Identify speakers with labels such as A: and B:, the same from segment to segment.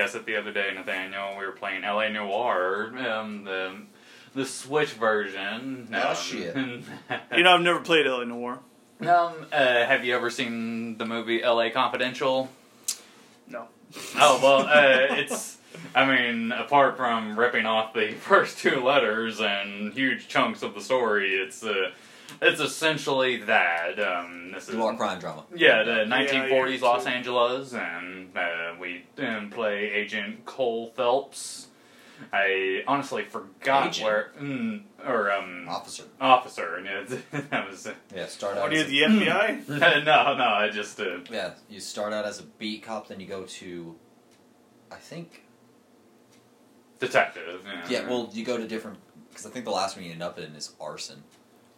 A: it the other day, Nathaniel. We were playing L.A. Noir, um, the the Switch version.
B: Oh,
A: um,
B: shit.
C: You know, I've never played L.A. Noir.
A: um, uh, have you ever seen the movie L.A. Confidential?
C: No.
A: Oh well, uh, it's. I mean, apart from ripping off the first two letters and huge chunks of the story, it's uh, it's essentially that. Um, this is
B: You are crime drama.
A: yeah, the
B: Yeah,
A: 1940s
C: yeah,
A: Los
C: so-
A: Angeles, and uh, we um, play Agent Cole Phelps. I honestly forgot
B: Agent?
A: where mm, or um
B: Officer.
A: officer. and it's- that was
B: Yeah, start out.
C: What are you,
B: As a,
C: the FBI?
A: no, no. I just uh,
B: yeah, you start out as a beat cop, then you go to, I think.
A: detective.
C: Uh-huh.
A: Yeah,
B: Yeah, well, you go to different because I think the last one you end up in is arson.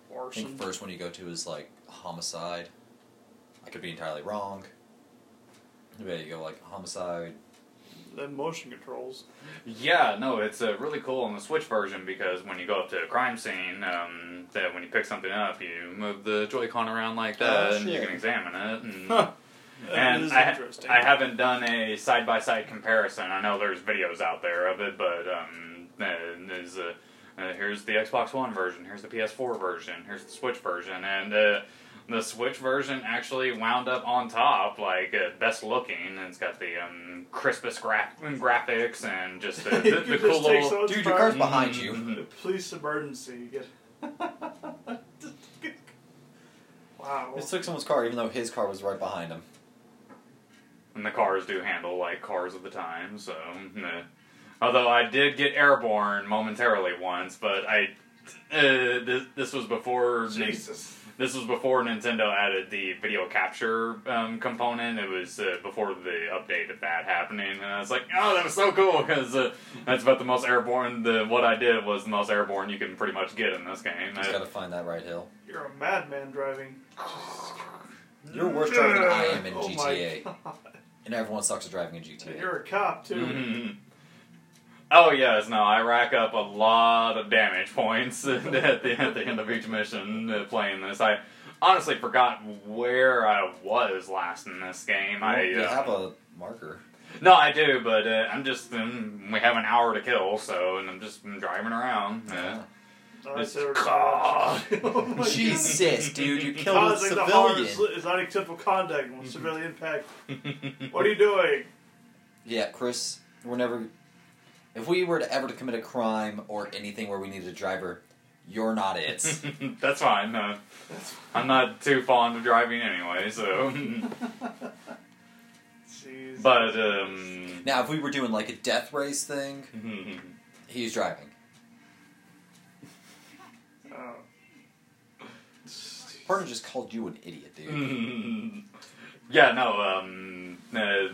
B: I
C: Orson.
B: think the first one you go to is like homicide. I could be entirely wrong. But you go like homicide.
C: The motion controls.
A: Yeah, no, it's uh, really cool on the Switch version because when you go up to a crime scene, um, that when you pick something up, you move the Joy-Con around like that,
B: Oh,
A: and you
B: shit.
A: can examine it. And,
C: Huh. that
A: and
C: is
A: I, ha-
C: interesting.
A: I haven't done a side-by-side comparison. I know there's videos out there of it, but um, uh, is uh, uh, here's the Xbox One version, here's the PS4 version, here's the Switch version, and uh, the Switch version actually wound up on top, like uh, best looking, and it's got the um, crispest gra- graphics and just uh, the,
C: You
A: the
C: just
A: cool
C: take
A: little.
C: so much
B: Dude, your
C: pride.
B: car's behind you.
C: The police emergency. You get. wow.
B: It took someone's car, even though his car was right behind him.
A: And the cars do handle like cars of the time, so. eh. Although I did get airborne momentarily once, but I. Uh, this, this was before
C: Jesus.
A: this was before Nintendo added the video capture um, component. It was uh, before the update of that happening, and I was like, "Oh, that was so cool!" Because uh, that's about the most airborne. The what I did was the most airborne you can pretty much get in this game.
B: Just
A: Uh,
B: gotta find that right hill.
C: You're a madman driving.
B: You're worse driver than I am in
C: Oh my
B: GTA.
C: God.
B: And everyone sucks at driving in
C: And
B: GTA.
C: you're a cop too.
A: Mhm. Oh yes, no, I rack up a lot of damage points at the at the end of each mission uh, playing this. I honestly forgot where I was last in this game. I
B: you
A: uh,
B: have a marker.
A: No, I do, but uh, I'm just um, we have an hour to kill, so and I'm just driving around. Uh,
C: Oh, I
A: It's-
C: said we're-
A: God.
C: Oh my God.
B: Jesus, dude, you killed a
C: Causing the harm is,
B: civilian.
C: is unacceptable conduct
A: Mm-hmm.
C: with civilian impact. What are you doing?
B: Yeah, Chris, we're never. If we were to ever to commit a crime or anything where we needed a driver, you're not it.
A: That's fine. Uh, I'm not too fond of driving anyway, so.
C: Jeez.
A: but um.
B: now, if we were doing like a death race thing, he's driving.
C: Oh.
B: Partner just called you an idiot,
A: Mm-hmm.
B: dude.
A: yeah, no. Um, uh,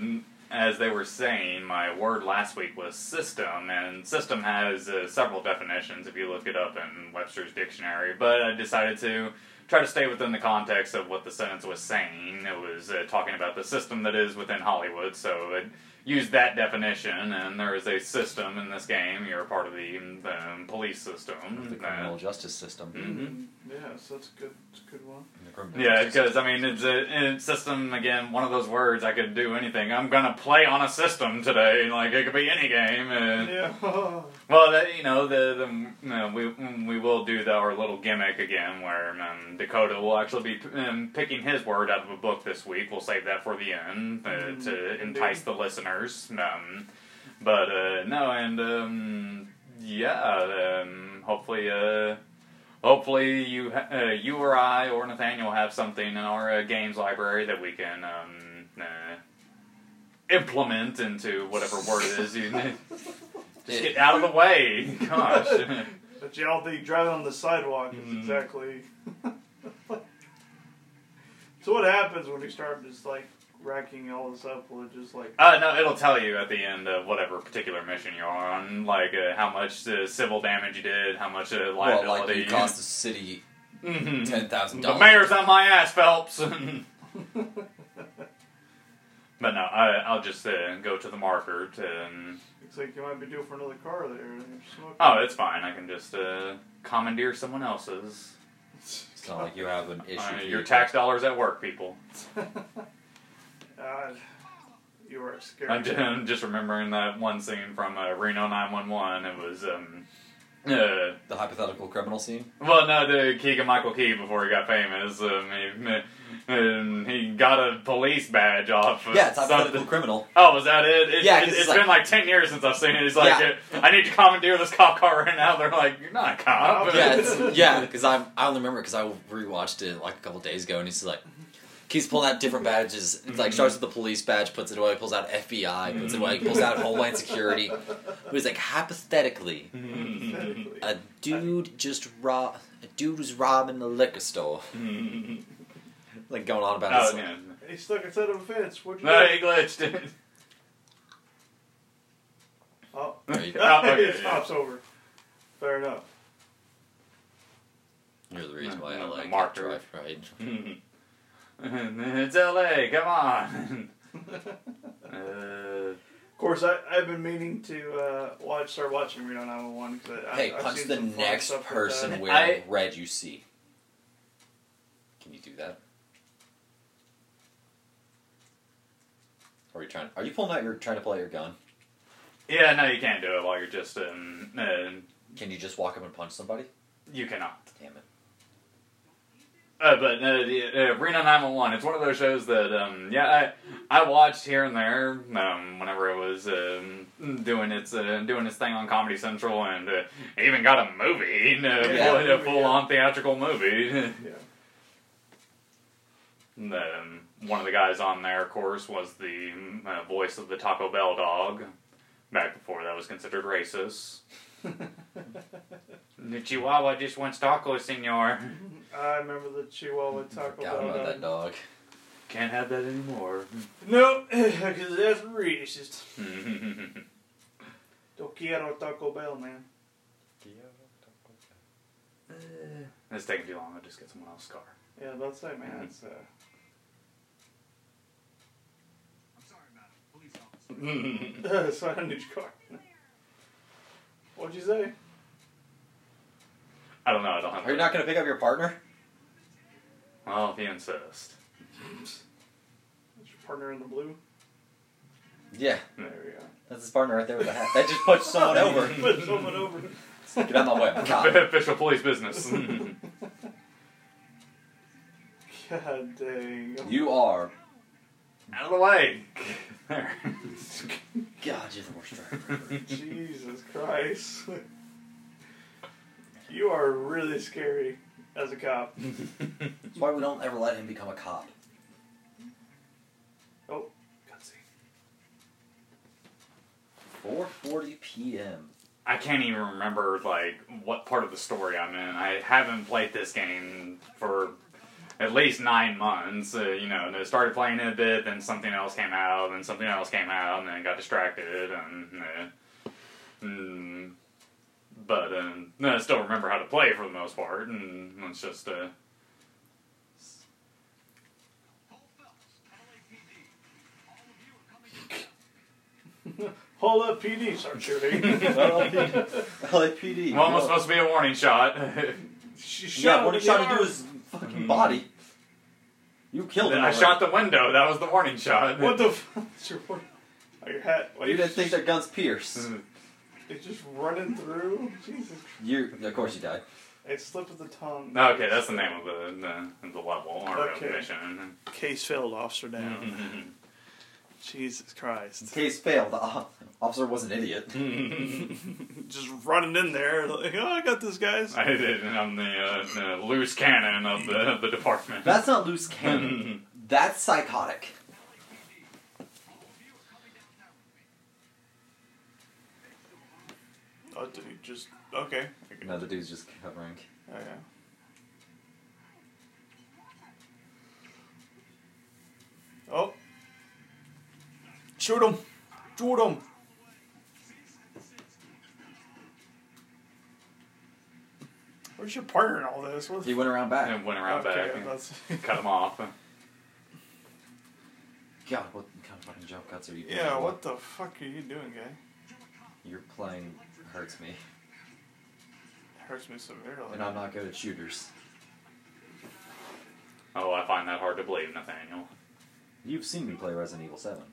A: as they were saying, my word last week was system, and system has uh, several definitions if you look it up in Webster's dictionary. But I decided to try to stay within the context of what the sentence was saying. It was uh, talking about the system that is within Hollywood, so it used that definition. And there is a system in this game. You're a part of the um, police system.
B: the
A: Uh,
B: criminal justice system.
A: Mhm.
C: Yeah, so that's a good, that's a good one.
B: The criminal
A: Yeah,
B: justice-
A: because I mean, it's a it's system again. One of those words I could do anything. I'm gonna play on a system today. Like it could be any game. And,
C: Yeah.
A: Well, that, you know, the, the you know, we we will do the, our little gimmick again, where um, Dakota will actually be um, picking his word out of a book this week. We'll save that for the end uh,
C: Mm,
A: to
C: indeed.
A: entice the listeners. Um, but uh, no, and um, yeah, um, hopefully. Uh, Hopefully you ha- uh, you or I or Nathaniel have something in our uh, games library that we can um, uh, implement into whatever word it is you need. Just get out of the way. Gosh.
C: But you all think driving on the sidewalk is
A: Mhm.
C: exactly. so what happens when you start just like racking all this up? Will it just like
A: uh, no, it'll tell you at the end of whatever particular mission you're on, like uh, how much uh, civil damage you did, how much uh, liability.
B: Well, like you cost the city
A: Mhm.
B: ten thousand
A: The
B: dollars.
A: mayor's on my ass, Phelps. but no, I, I'll just uh, go to the marker to. Um,
C: looks like you might be due for another car there? And you're smoking.
A: oh, it's fine. I can just uh, commandeer someone else's.
B: It's not like you have an issue.
A: Uh,
B: to
A: your
B: you.
A: tax dollars at work, people.
C: God. You are scared.
A: I'm just, I'm just remembering that one scene from uh, Reno 911. It was, um, uh,
B: The hypothetical criminal scene.
A: well, no, the Keegan Michael Key before he got famous. Um, he, um, he got a police badge off. Of
B: Yeah, it's hypothetical
A: something.
B: criminal.
A: Oh, was that it? it
B: Yeah, 'cause
A: it,
B: it's
A: has
B: like-
A: been like ten years since I've seen it. It's like,
B: Yeah.
A: uh, I need to commandeer this cop car right now. They're like, you're not a cop.
B: Yeah, it's, yeah, because I I only remember because I rewatched it like a couple days ago, and he's like. Keeps pulling out different badges. It's
A: Mm-hmm.
B: like starts with the police badge, puts it away, pulls out FBI, puts it away, pulls out Homeland Security. It was like hypothetically,
A: Mm-hmm.
C: Hypothetically.
B: a dude just rob a dude was robbing the liquor store. Like going on about
A: oh,
B: this.
A: yeah.
C: He's stuck inside of a fence. What you
A: No,
C: do?
A: he glitched it.
C: Oh,
B: There you go.
A: Oh, okay,
C: it
A: yeah.
C: pops over. Fair enough.
B: You're the reason why I
A: Yeah,
B: like
A: marked her.
B: drive right.
A: it's LA, come on. uh,
C: Of course, I, I've been meaning to uh, watch, start watching Reno 911 because I,
B: Hey,
C: I've
B: punch
C: seen
B: the
C: some fun
B: next
C: stuff with
B: person
C: that.
B: wearing
A: I-
B: red you see. Can you do that? Are you trying? Are you pulling out your trying to pull out your gun?
A: yeah, no, you can't do it while you're just um, uh,
B: Can you just walk up and punch somebody?
A: you cannot.
B: Damn it!
A: Uh, but uh, the, uh, Reno 911, it's one of those shows that, um, yeah, I, I watched here and there um, whenever it was um, doing its uh, doing its thing on Comedy Central, and uh, even got a movie, uh,
C: Yeah,
A: full-
C: yeah.
A: a full on theatrical movie.
C: Yeah.
A: And then one of the guys on there, of course, was the mm, uh, voice of the Taco Bell dog. Back before that was considered racist. The Chihuahua just wants tacos, senor.
C: I remember the Chihuahua Taco
B: Forgot
C: Bell.
B: about
C: dog.
B: that dog.
A: Can't have that anymore.
C: No, because that's racist.
A: yeah,
C: Yo quiero Taco Bell, man.
B: Uh,
A: it's taking too long. I'll just get someone else's car.
C: Yeah, that's that, man. It's, uh, so I need your car. What'd you say?
A: I don't know. I don't have.
B: Are you not going to pick up your partner?
A: Well, if you insist.
C: It's your partner in the blue.
B: Yeah,
C: There we
B: that's his partner right there with the hat. That just punched someone
C: go.
B: over.
C: Put someone over.
B: Get out of my way! I'm a cop.
A: Official police business.
C: God dang.
B: You are.
A: Out of the way. There.
B: God, you're the worst driver. ever.
C: Jesus Christ. you are really scary as a cop.
B: That's why we don't ever let him become a cop.
C: Oh, cutscene.
B: 4:40 p.m.
A: I can't even remember like what part of the story I'm in. I haven't played this game for at least nine months. Uh, you know, and I started playing it a bit, then something else came out, then something else came out, and then got distracted. And, uh, mm, but um, no, I still remember how to play for the most part, and it's just uh,
C: Hold up, PD, start shooting.
B: LAPD. LAPD.
A: well, almost supposed to be a warning shot.
B: Yeah, what
C: are
B: he shot to do is fucking body. You killed him.
A: I shot the window. That was the warning shot.
C: What the fuck? Your, what, oh, your hat. Why
B: You didn't think their guns pierce.
A: Mm-hmm.
C: It's just running through? Jesus
B: You, of course, you died.
C: It slipped with the tongue.
A: Okay, that's the name of the the, the level or
C: Okay.
A: the mission.
C: Case failed, officer down.
A: Mm-hmm.
C: Jesus Christ.
B: Case failed. The o- officer was an idiot.
C: Just running in there, like, oh, I got this, guys.
A: I did, and I'm the, uh, the loose cannon of the of the department.
B: That's not loose cannon.
A: Mm-hmm.
B: That's psychotic.
C: Oh, dude, just, okay. okay.
B: No, the dude's just covering.
C: Oh. Shoot him! Shoot him! Where's your partner in all this? What the
B: He went around back.
A: and went around
C: okay,
A: back and
C: that's-
A: cut him off.
B: God, what kind of fucking jump cuts are you?
C: Yeah,
B: playing?
C: what the fuck are you doing, guy?
B: You're playing hurts me,
C: Hurts me severely.
B: and I'm not good at shooters.
A: Oh, I find that hard to believe, Nathaniel.
B: You've seen me play Resident Evil Seven.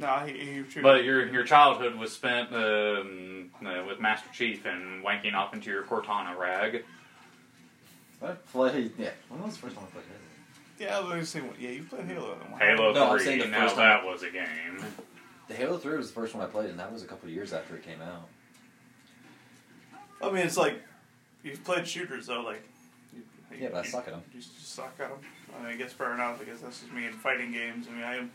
C: No, he, he was true.
A: But your your childhood was spent um, uh, with Master Chief and wanking off into your Cortana rag.
B: I played. Yeah. When was the first time I played
C: yeah, let me see. What, yeah, you played Halo. then why-
A: Halo
B: No, I'm saying
A: Three.
B: the
A: Now
B: first
A: that was a game.
B: The Halo Three was the first one I played, and that was a couple of years after it came out.
C: I mean, it's like you've played shooters though, like. You,
B: Yeah, but I suck at 'em.
C: You, just suck at them. I mean, I guess fair enough. I guess that's just me in fighting games. I mean, I'm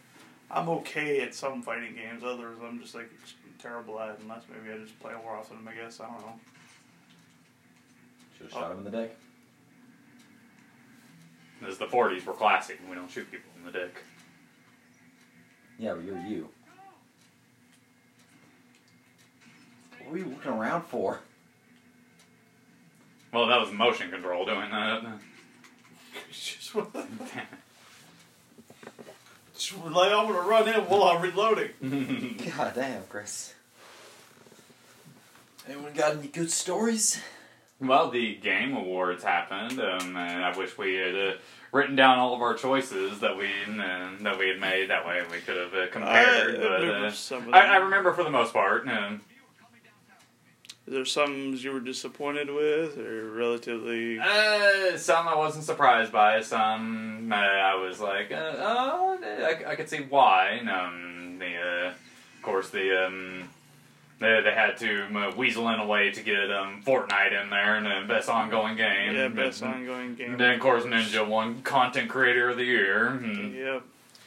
C: I'm okay at some fighting games. Others, I'm just like terrible at. Unless maybe I just play more often. I guess I don't know.
B: Should have shot him in the dick.
A: As the forties were classic, and we don't shoot people in the dick.
B: Yeah, but you're you. What were you looking around for?
A: Well, that was motion control doing that.
C: just want just like I'm gonna run in while I'm reloading.
B: God damn, Chris. Anyone got any good stories?
A: well, the game awards happened, um, and I wish we had uh, written down all of our choices that we uh, that we had made. That way, we could have uh, compared.
C: I
A: but,
C: remember
A: uh,
C: some of
A: I, I
C: them.
A: remember for the most part. Um,
C: Is there some you were disappointed with, or relatively?
A: Uh, some I wasn't surprised by. Some uh, I was like, uh, oh, I, I could see why. And, um, the, uh, of course, the um, they, they had to um, uh, weasel in a way to get um, Fortnite in there and uh, best ongoing game.
C: Yeah, best
A: And
C: ongoing game.
A: Then of course Ninja won Content Creator of the Year. And,
C: Yeah.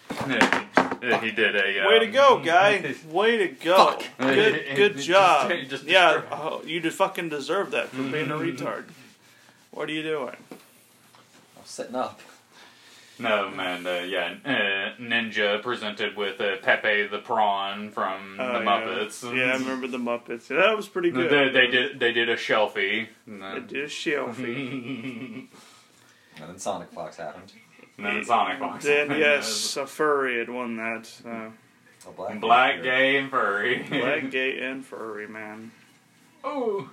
A: uh, he did a um,
C: Way to go, guy. Way to go.
B: Fuck.
A: Just-
C: Good, good job.
A: just
C: yeah,
A: destroy- Mm-hmm.
C: oh, you just fucking deserve that for being a retard. What are you doing?
B: I'm setting up.
A: No man, uh, yeah, uh, Ninja presented with uh, Pepe the Prawn from
C: Oh,
A: the
C: yeah.
A: Muppets.
C: Yeah. I remember the Muppets. Yeah, that was pretty good.
A: They, they did. They did a shelfie.
C: They
A: And
C: did a shelfie.
A: then,
B: And then Sonic Fox happened.
A: and then Sonic Fox.
C: Then yes, a furry had won that. Uh,
B: A black,
A: Black,
B: hero.
A: gay, and furry.
C: black, gay, and furry man.
A: oh,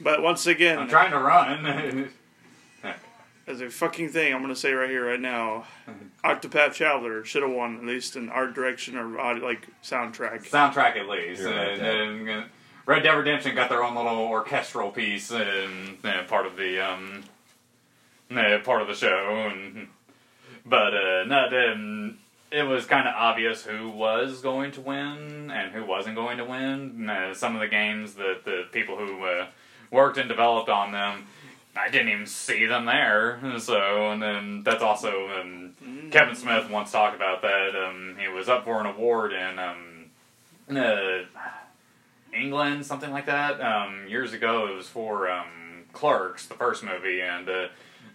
C: But once again,
A: I'm trying to run.
C: as a fucking thing, I'm gonna say right here, right now,
A: Mm-hmm.
C: Octopath Traveler should have won at least an art direction or audio, like soundtrack.
A: Soundtrack at least.
B: You're right
A: and,
B: there.
A: and, uh, Red Dead Redemption got their own little orchestral piece and, uh, part of the um, uh, part of the show. And, but uh, no, then it was kind of obvious who was going to win and who wasn't going to win. Uh, some of the games that the people who uh, worked and developed on them. I didn't even see them there, so and then that's also um, Kevin Smith once talked about that. Um, he was up for an award in um, uh, England, something like that. Um, years ago, it was for um, Clerks, the first movie, and uh,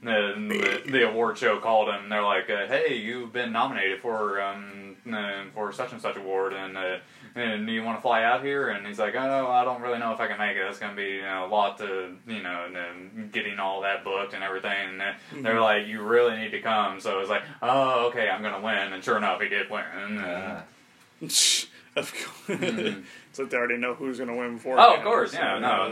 A: the, the, the award show called him. And they're like, uh, "Hey, you've been nominated for um, uh, for such and such award, and uh, and do you want to fly out here?" And he's like, "Oh, I don't really know if I can make it. That's gonna be you know, a lot to you know, and, then getting all that booked and everything." And uh, they're like, "You really need to come." So it's like, "Oh, okay, I'm gonna win." And sure enough, he did win. And,
B: Ah.
C: of course. it's like they already know who's gonna win before.
A: Oh, of course, yeah, no,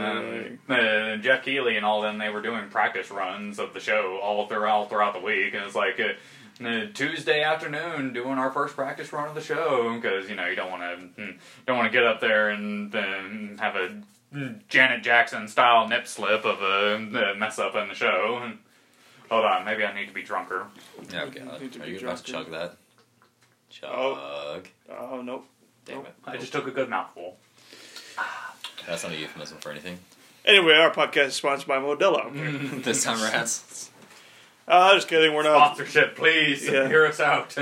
A: no. Uh, Jeff Keeley and all them, they were doing practice runs of the show all throughout, all throughout the week, and it's like uh, uh, Tuesday afternoon doing our first practice run of the show because you know you don't want to don't want to get up there and um, have a Janet Jackson style nip slip of a uh, mess up in the show. Hold on, maybe I need to be drunker.
B: Oh god.
C: Need to
B: Are
C: be
B: you about to
C: drunk.
B: chug that? Chug.
C: Oh. Oh nope.
B: Damn
C: Nope.
B: it.
A: I just took a good mouthful.
B: That's not a euphemism for anything.
C: Anyway, our podcast is sponsored by Modelo.
A: Mm-hmm.
B: this time rats.
C: uh, just kidding. We're not.
A: Sponsorship, please
C: Yeah.
A: hear us out.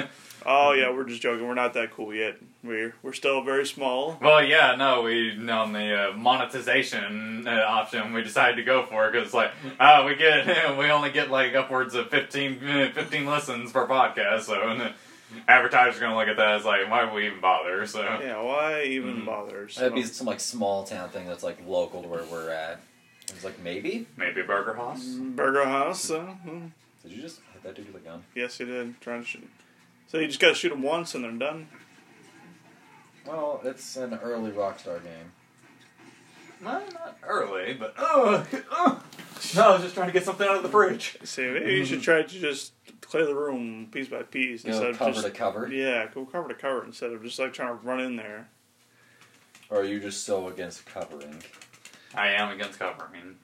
C: Oh yeah, we're just joking. We're not that cool yet. We're we're still very small.
A: Well, yeah, no, we on the uh, monetization uh, option, we decided to go for it because like, uh, we get we only get like upwards of 15, uh, 15 listens per podcast, so and the advertisers gonna look at that as like, why would we even bother? So
C: Yeah, why even
A: Mm-hmm.
C: bother?
B: That'd be some like small town thing that's like local to where we're at. It was like maybe.
A: maybe Burger Hoss.
C: Burger House. Uh, hmm.
B: Did you just hit that dude with a gun?
C: yes, he did. Trying to shoot. So you just gotta shoot him once and they're done.
B: Well, it's an early Rockstar game.
A: Well, not early, but uh, oh, no, I was just trying to get something out of the fridge.
C: See, maybe you should try to just play the room piece by piece
B: Go
C: instead
B: cover
C: of just
B: to cover.
C: yeah, go cover to cover instead of just like trying to run in there.
B: Or are you just so against covering?
A: I am against covering.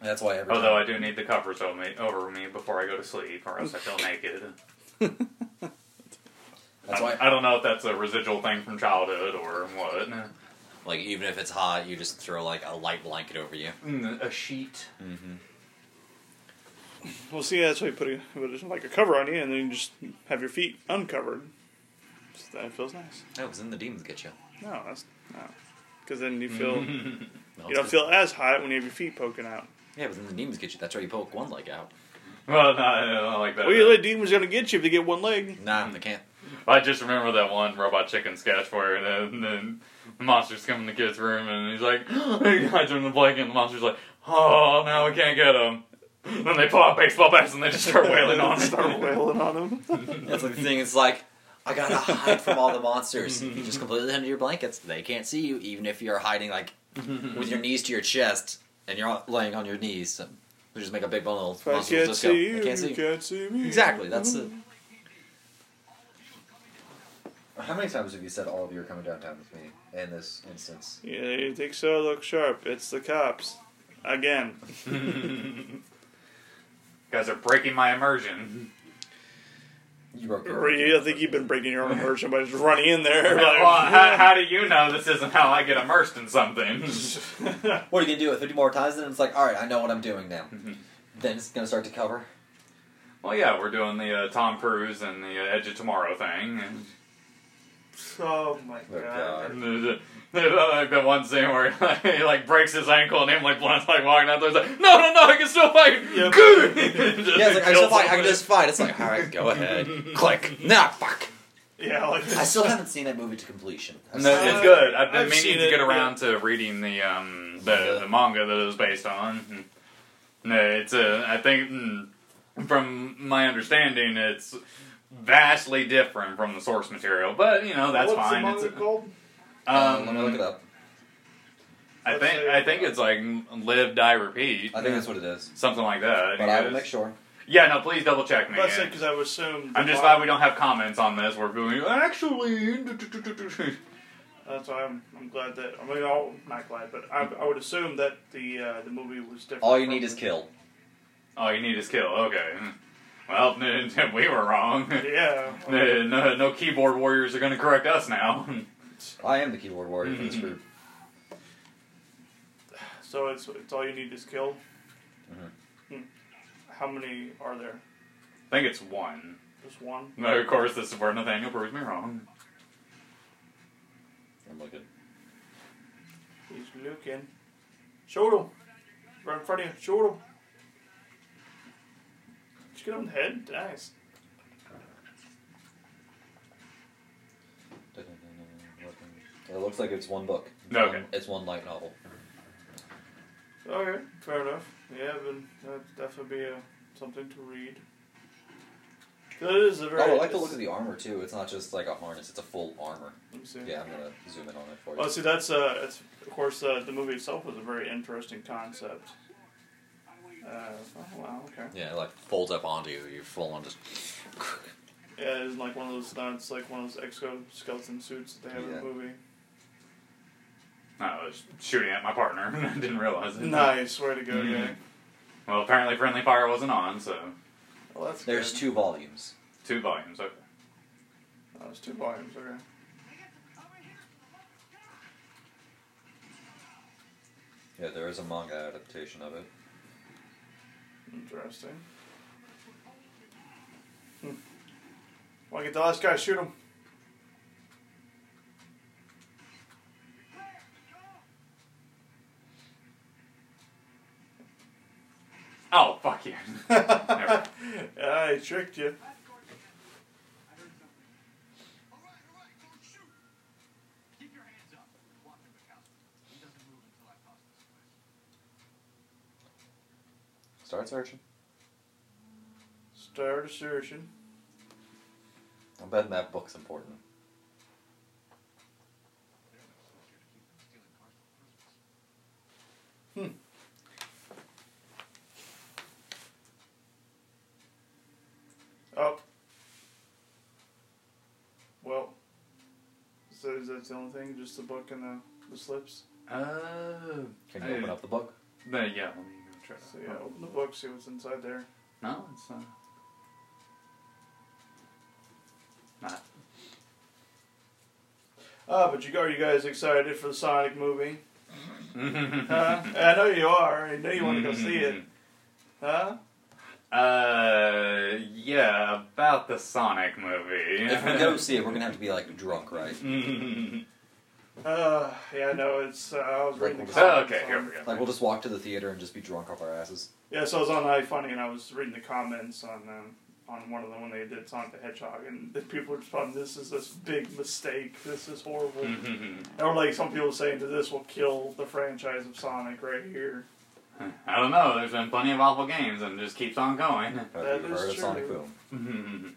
B: That's why every
A: Although I do
B: time,
A: need the covers over me, over me before I go to sleep, or else I feel naked. I,
B: that's why
A: I don't know if that's a residual thing from childhood or what.
B: like even if it's hot, you just throw like a light blanket over you.
A: Mm, a sheet.
B: Mm-hmm.
C: Well, see, that's why you put, a, put a- like a cover on you, and then you just have your feet uncovered. So that feels nice.
B: Oh, because then the demons get you.
C: No, that's no, because then you feel
B: No,
C: you
B: it's
C: don't
B: good.
C: feel as hot when you have your feet poking out.
B: Yeah, but then the demons get you. That's why you poke one leg out.
A: Well, no, I don't like that.
C: Well, your leg demon's gonna get you if they get one leg.
B: Nah, they can't.
A: I just remember that one robot chicken sketch where the, the, the monster's coming to kid's room and he's like, he hides him in the blanket and the monster's like, oh, now we can't get him. Then they pull out baseball bats and they just start wailing on him.
C: Start wailing on him.
B: That's like the thing. It's like I gotta hide from all the monsters. You just completely under your blankets. They can't see you, even if you're hiding like with your knees to your chest and you're laying on your knees. So you just make a big bundle.
C: if I
B: monsters
C: can't
B: just
C: see
B: go,
C: you,
B: They can't see.
C: you can't see me.
B: Exactly. That's the. How many times have you said all of you are coming downtown with me in this instance?
C: Yeah, you think so? Look sharp. It's the cops. Again.
A: guys are breaking my immersion.
B: You broke
C: Or you- I think you've been breaking your own immersion by just running in there. like,
A: well, how, how do you know this isn't how I get immersed in something?
B: What are you gonna do? it Fifty more times, then it's like, all right, I know what I'm doing now.
C: Mm-hmm.
B: Then it's gonna start to cover.
A: well, yeah, we're doing the uh, Tom Cruise and the uh, Edge of Tomorrow thing. And
C: oh
B: Oh,
C: my god.
B: God.
A: There's uh, like that one scene where he like breaks his ankle and Emily Blunt's like walking out there. He's like, no, no, no, I can still fight.
C: Yep.
A: Good.
B: Yeah, it's like, I can just fight. I can just fight. It's like, all right, go ahead. Click. Nah, fuck.
C: Yeah, like
B: I still haven't seen that movie to completion.
A: No,
C: Uh,
A: it's good. I've been
C: I've
A: meaning
C: seen
A: to
C: it,
A: get around to reading the um the, the manga that it was based on. No, it's a. I think mm, from my understanding, it's vastly different from the source material. But you know, that's
C: What's
A: fine.
C: The
A: it's
C: manga called?
B: Um, let me look it up.
A: I
C: Let's
A: think
C: see.
A: I think it's like live, die, repeat.
B: I think that's what it is.
A: Something like that.
B: But I
A: Yes.
B: will make sure.
A: Yeah, no, please double check me.
C: That's it, because I would assume.
A: I'm just glad we don't have comments on this. We're going actually.
C: That's why I'm, I'm glad that I mean I'll, not glad, but I, I would assume that the uh, the movie was different.
B: All you
C: from-
B: need is kill.
A: Oh, you need is kill. Okay. Well, we were wrong.
C: Yeah.
A: No, no keyboard warriors are going to correct us now.
B: I am the keyboard warrior
C: Mm-hmm.
B: for this group.
C: So it's it's all you need is kill.
B: Mhm.
C: Hmm. How many are there?
A: I think it's one.
C: Just one.
A: No, of course, this is where Nathaniel proves me wrong.
B: I'm looking.
C: He's looking. Shoot him! Right in front of you. Shoot him! Did you get him in the head? Nice.
B: It looks like it's one book. It's
A: Okay.
B: One, it's one light novel.
C: Okay, fair enough. Yeah, then that'd definitely be a, something to read. 'Cause It is a very.
B: oh, I like the
C: it's-
B: look of the armor too. It's not just like a harness; it's a full armor.
C: Let me see.
B: Yeah, I'm gonna zoom in on it for you.
C: Oh, see, that's uh, it's, of course uh, the movie itself was a very interesting concept. Uh, oh wow, okay.
B: Yeah, it, like folds up onto you. You're full on just.
C: Yeah, it's like one of those. Not, it's like one of those exoskeleton suits that they have in
B: Yeah.
C: the movie.
A: No, I was shooting at my partner. I didn't realize
B: Mm-hmm.
A: it.
C: Nice, way to go,
A: Mhm.
C: yeah.
A: Well, apparently, friendly fire wasn't on, so
C: Well, that's
B: There's
C: good.
B: two volumes.
A: two volumes. Okay.
C: Oh, it's two volumes. Okay.
B: Yeah, there is a manga adaptation of it.
C: Interesting. Hmm. Want to get the last guy? Shoot him.
A: Oh, fuck you.
C: yeah, I tricked you.
B: Start searching.
C: Start assertion.
B: I'm betting that book's important.
C: So is that the only thing? Just the book and the, the slips?
A: Uh,
B: Can you open up the book?
A: no, yeah, let me go try to.
C: So yeah, open the book, see what's inside there.
A: No, it's not. Not.
C: Ah, but you are you guys excited for the Sonic movie?
A: uh,
C: Huh? I know you are. I know you want to go see
A: Mm-hmm.
C: it. Huh?
A: Uh, yeah, about the Sonic movie.
B: If we go see it, we're gonna have to be like drunk, right?
C: Uh, yeah, no, it's. Uh, I was reading the
A: oh,
C: comments
A: okay, here
C: on-
A: we go.
B: Like we'll just walk to the theater and just be drunk off our asses.
C: Yeah, so I was on iFunny and I was reading the comments on um, on one of them when they did Sonic the Hedgehog, and the people were just on this is this big mistake. This is horrible.
A: Hmm.
C: Or like some people saying that this will kill the franchise of Sonic right here.
A: I don't know. There's been plenty of awful games, and it just keeps on going.
B: Have
C: That
B: you
C: is
B: heard of
C: true.
B: Sonic Boom?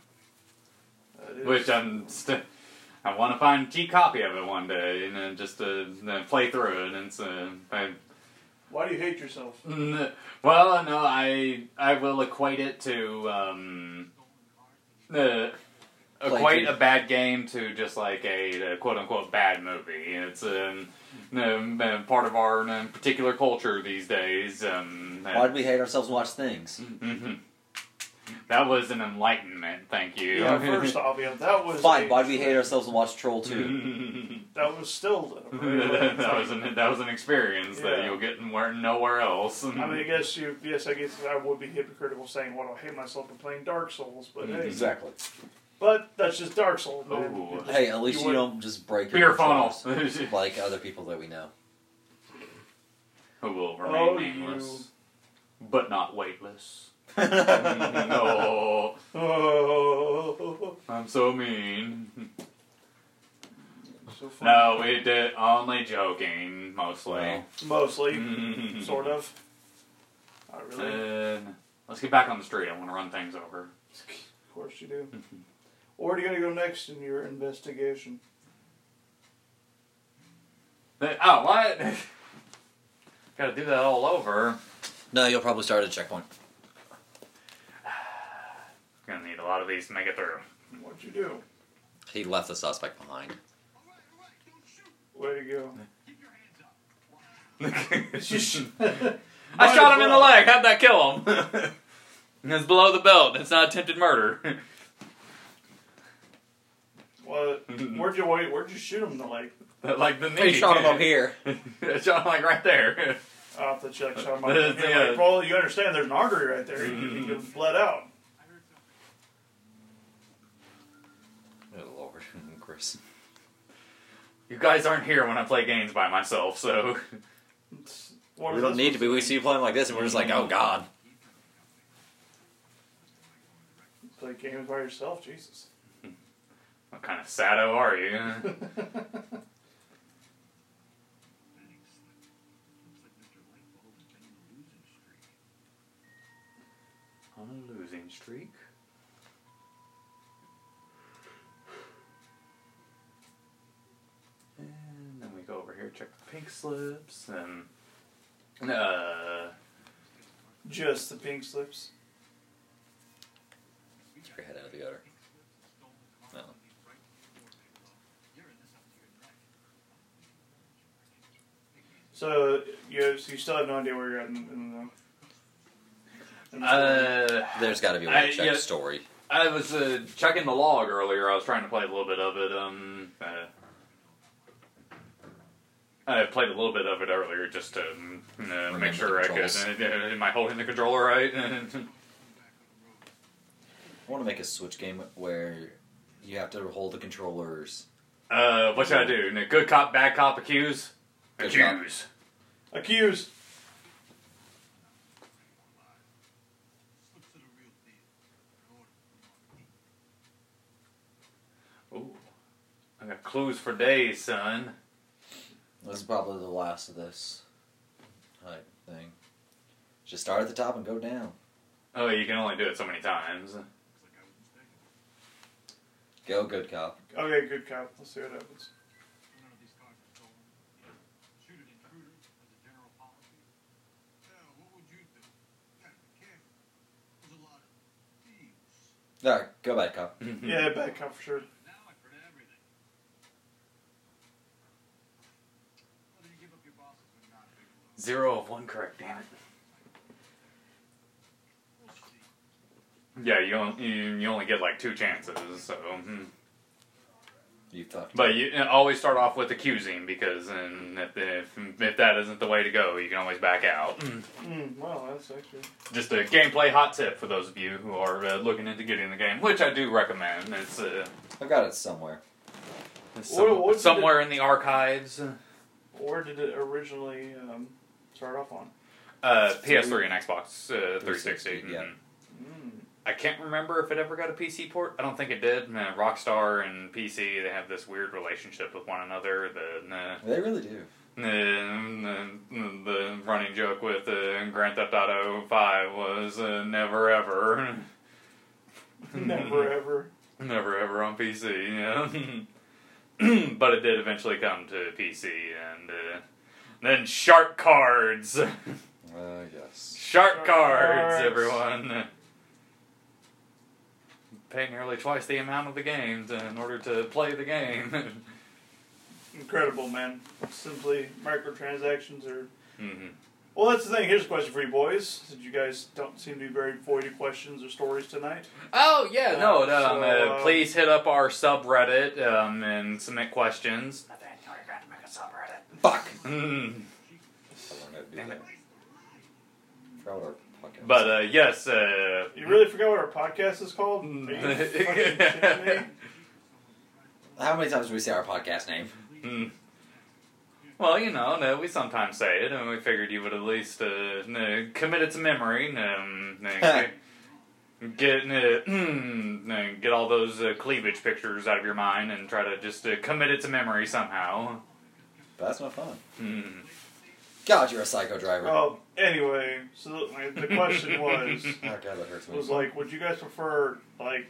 C: That is-
A: Which uh, I'm st- I want to find a cheap copy of it one day and then just uh, then play through it. And so, I,
C: Why do you hate yourself?
A: n- Mm, well, no, I I will equate it to um, uh, equate
B: to-
A: a bad game to just like a, uh quote unquote bad movie. It's um, um, uh, part of our um, particular culture these days. Um,
B: Why did we hate ourselves and watch things?
A: Mhm. That was an enlightenment. Thank you.
C: Yeah, first off, yeah, that was
B: Fine.
C: a-
B: Why did we hate ourselves and watch Troll Two?
C: That was still. a very lame
A: that was
C: thing.
A: an that was an experience that
C: Yeah.
A: you'll get nowhere nowhere else.
C: I mean, I guess you. Yes, I guess I would be hypocritical saying, "Well, I hate myself for playing Dark Souls," but
A: Hmm.
C: hey,
B: Exactly.
C: but that's just Dark Souls, man.
A: Ooh.
C: It just-
B: Hey, at least you,
C: would-
B: don't just break your
A: beer funnel.
B: controllers like other people that we know.
A: Who will remain
C: Oh,
A: nameless, but not weightless.
B: no.
A: no,
C: Oh,
A: I'm so mean.
C: so fun.
A: No, we did only joking mostly.
B: Well.
C: Mostly,
A: Mm.
C: sort of. Not really. of
A: Uh, let's get back on the street. I want to run things over.
C: course you do.
A: mm-hmm.
C: Where are you gonna go next in your investigation?
A: Th- Oh, what? Got to do that all over.
B: you'll probably start at a checkpoint.
A: Gonna need a lot of these to make it through.
C: What'd you do?
B: He left the suspect behind.
C: Where'd you go?
A: I
C: Might
A: shot
C: as
A: him in the
C: well.
A: leg. How'd that kill him? it's below the belt. It's not attempted murder.
C: What?
A: Mm-hmm.
C: Where'd you wait? Where'd you shoot him? The like
A: like the knee.
B: He shot him up here.
A: I shot him like right there.
C: off the check shot. My
A: Uh, yeah. Mm-hmm.
C: like, well, you understand? There's an artery right there. You could- you could bled out.
B: Oh lord, Chris.
A: You guys aren't here when I play games by myself, so
C: It's- what
B: We
C: is
B: don't
C: this
B: need to be. We see you playing like this, and we're just like, oh god.
C: Play games by yourself, Jesus.
A: what kind of sado are you? On a losing streak. And then we go over here, check the pink slips, and uh,
C: Just the pink slips.
B: Get your head out of the gutter. No.
C: So you, so you still have no idea where you're at in, in the. In the
A: uh,
B: There's got to be a way
A: I-
B: to check
A: yeah.
B: the story.
A: I was uh, checking the log earlier. I was trying to play a little bit of it. Um, uh, I played a little bit of it earlier just to mm, uh,
B: Remember
A: make sure
B: the
A: I could.
B: controls.
A: Uh, am I holding the controller right?
B: I want to make a Switch game where you have to hold the controllers.
A: uh, what should I do? Good cop, bad cop, accuse?
B: Good
A: accuse.
C: accused.
A: Ooh. I got clues for days, son.
B: This is probably the last of this type thing. Just start at the top and go down.
A: Oh, you can only do it so many times.
B: Go, good cop.
C: Okay, good cop. Let's see what happens.
B: All right, go bad cop.
A: Hmm.
C: Yeah, bad cop for sure.
A: Zero of one correct, damn it. Yeah, you only, you you only get like two chances, so. mhm.
B: You fucked.
A: But you and always start off with accusing because and if, if, if that isn't the way to go, you can always back out.
C: Mm, wow, that's actually.
A: Just a gameplay hot tip for those of you who are uh, looking into getting the game, which I do recommend. It's, uh,
B: I've got it somewhere.
A: it's
C: What-
A: some-
C: what's the-
A: somewhere in the archives.
C: Or did it originally um, start off on?
A: Uh, PS3 and Xbox uh, 360.
B: 360, yeah.
A: mhm.
C: Mm.
A: I can't remember if it ever got a PC port. I don't think it did. Nah, Rockstar and PC, they have this weird relationship with one another. The nah,
B: They really do.
A: nah, nah, uh, the running joke with uh, Grand Theft Auto 5 was uh, never ever.
C: Never ever.
A: Never ever on PC, yeah. but it did eventually come to PC, and uh, then Shark Cards!
B: Uh, yes.
A: Shark
C: Shark
A: cards,
C: cards.
A: everyone. Pay nearly twice the amount of the game to, in order to play the game.
C: Incredible, man. Simply microtransactions are.
A: Mhm.
C: Well, that's the thing. Here's a question for you boys, since you guys don't seem to be very void of questions or stories tonight.
A: Oh yeah, no.
C: Uh,
A: Um,
C: so,
A: uh,
C: uh,
A: please hit up our subreddit um, and submit questions. subreddit.
B: Fuck.
A: Mm.
B: I learned how to do that. Forgot what our podcast.
A: But uh, yes, uh, mm.
C: You really forgot what our podcast is called? Are you fucking kidding me?
B: how many times do we say our podcast name?
A: mm. well, you know, no, we sometimes say it, and we figured you would at least uh, no, commit it to memory. Um, no, get uh, uh, get all those uh, cleavage pictures out of your mind and try to just uh, commit it to memory somehow.
B: That's not fun.
A: Hmm.
B: God, you're a psycho driver. Oh,
C: Well, anyway, so the, the question was,
B: God, that hurts me.
C: was like, would you guys prefer like,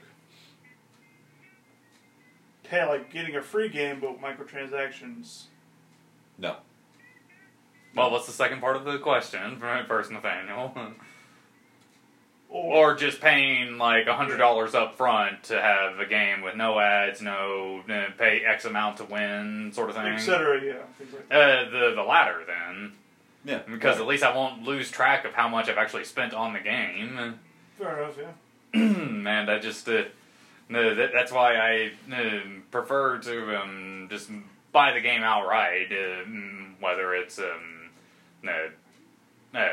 C: pay like getting a free game but with microtransactions?
B: no.
A: Well, what's the second part of the question, first Nathaniel?
C: Or,
A: or just paying like hundred dollars up front to have a game with no ads, no uh, pay X amount to win, sort of thing.
C: etc. Yeah, things like that.
A: Uh, the the latter then,
B: Yeah.
A: because at least I won't lose track of how much I've actually spent on the game.
C: Fair enough. Yeah.
A: and I just uh, no, that, that's why I um prefer to um, just buy the game outright, uh, mm, whether it's um, no, uh,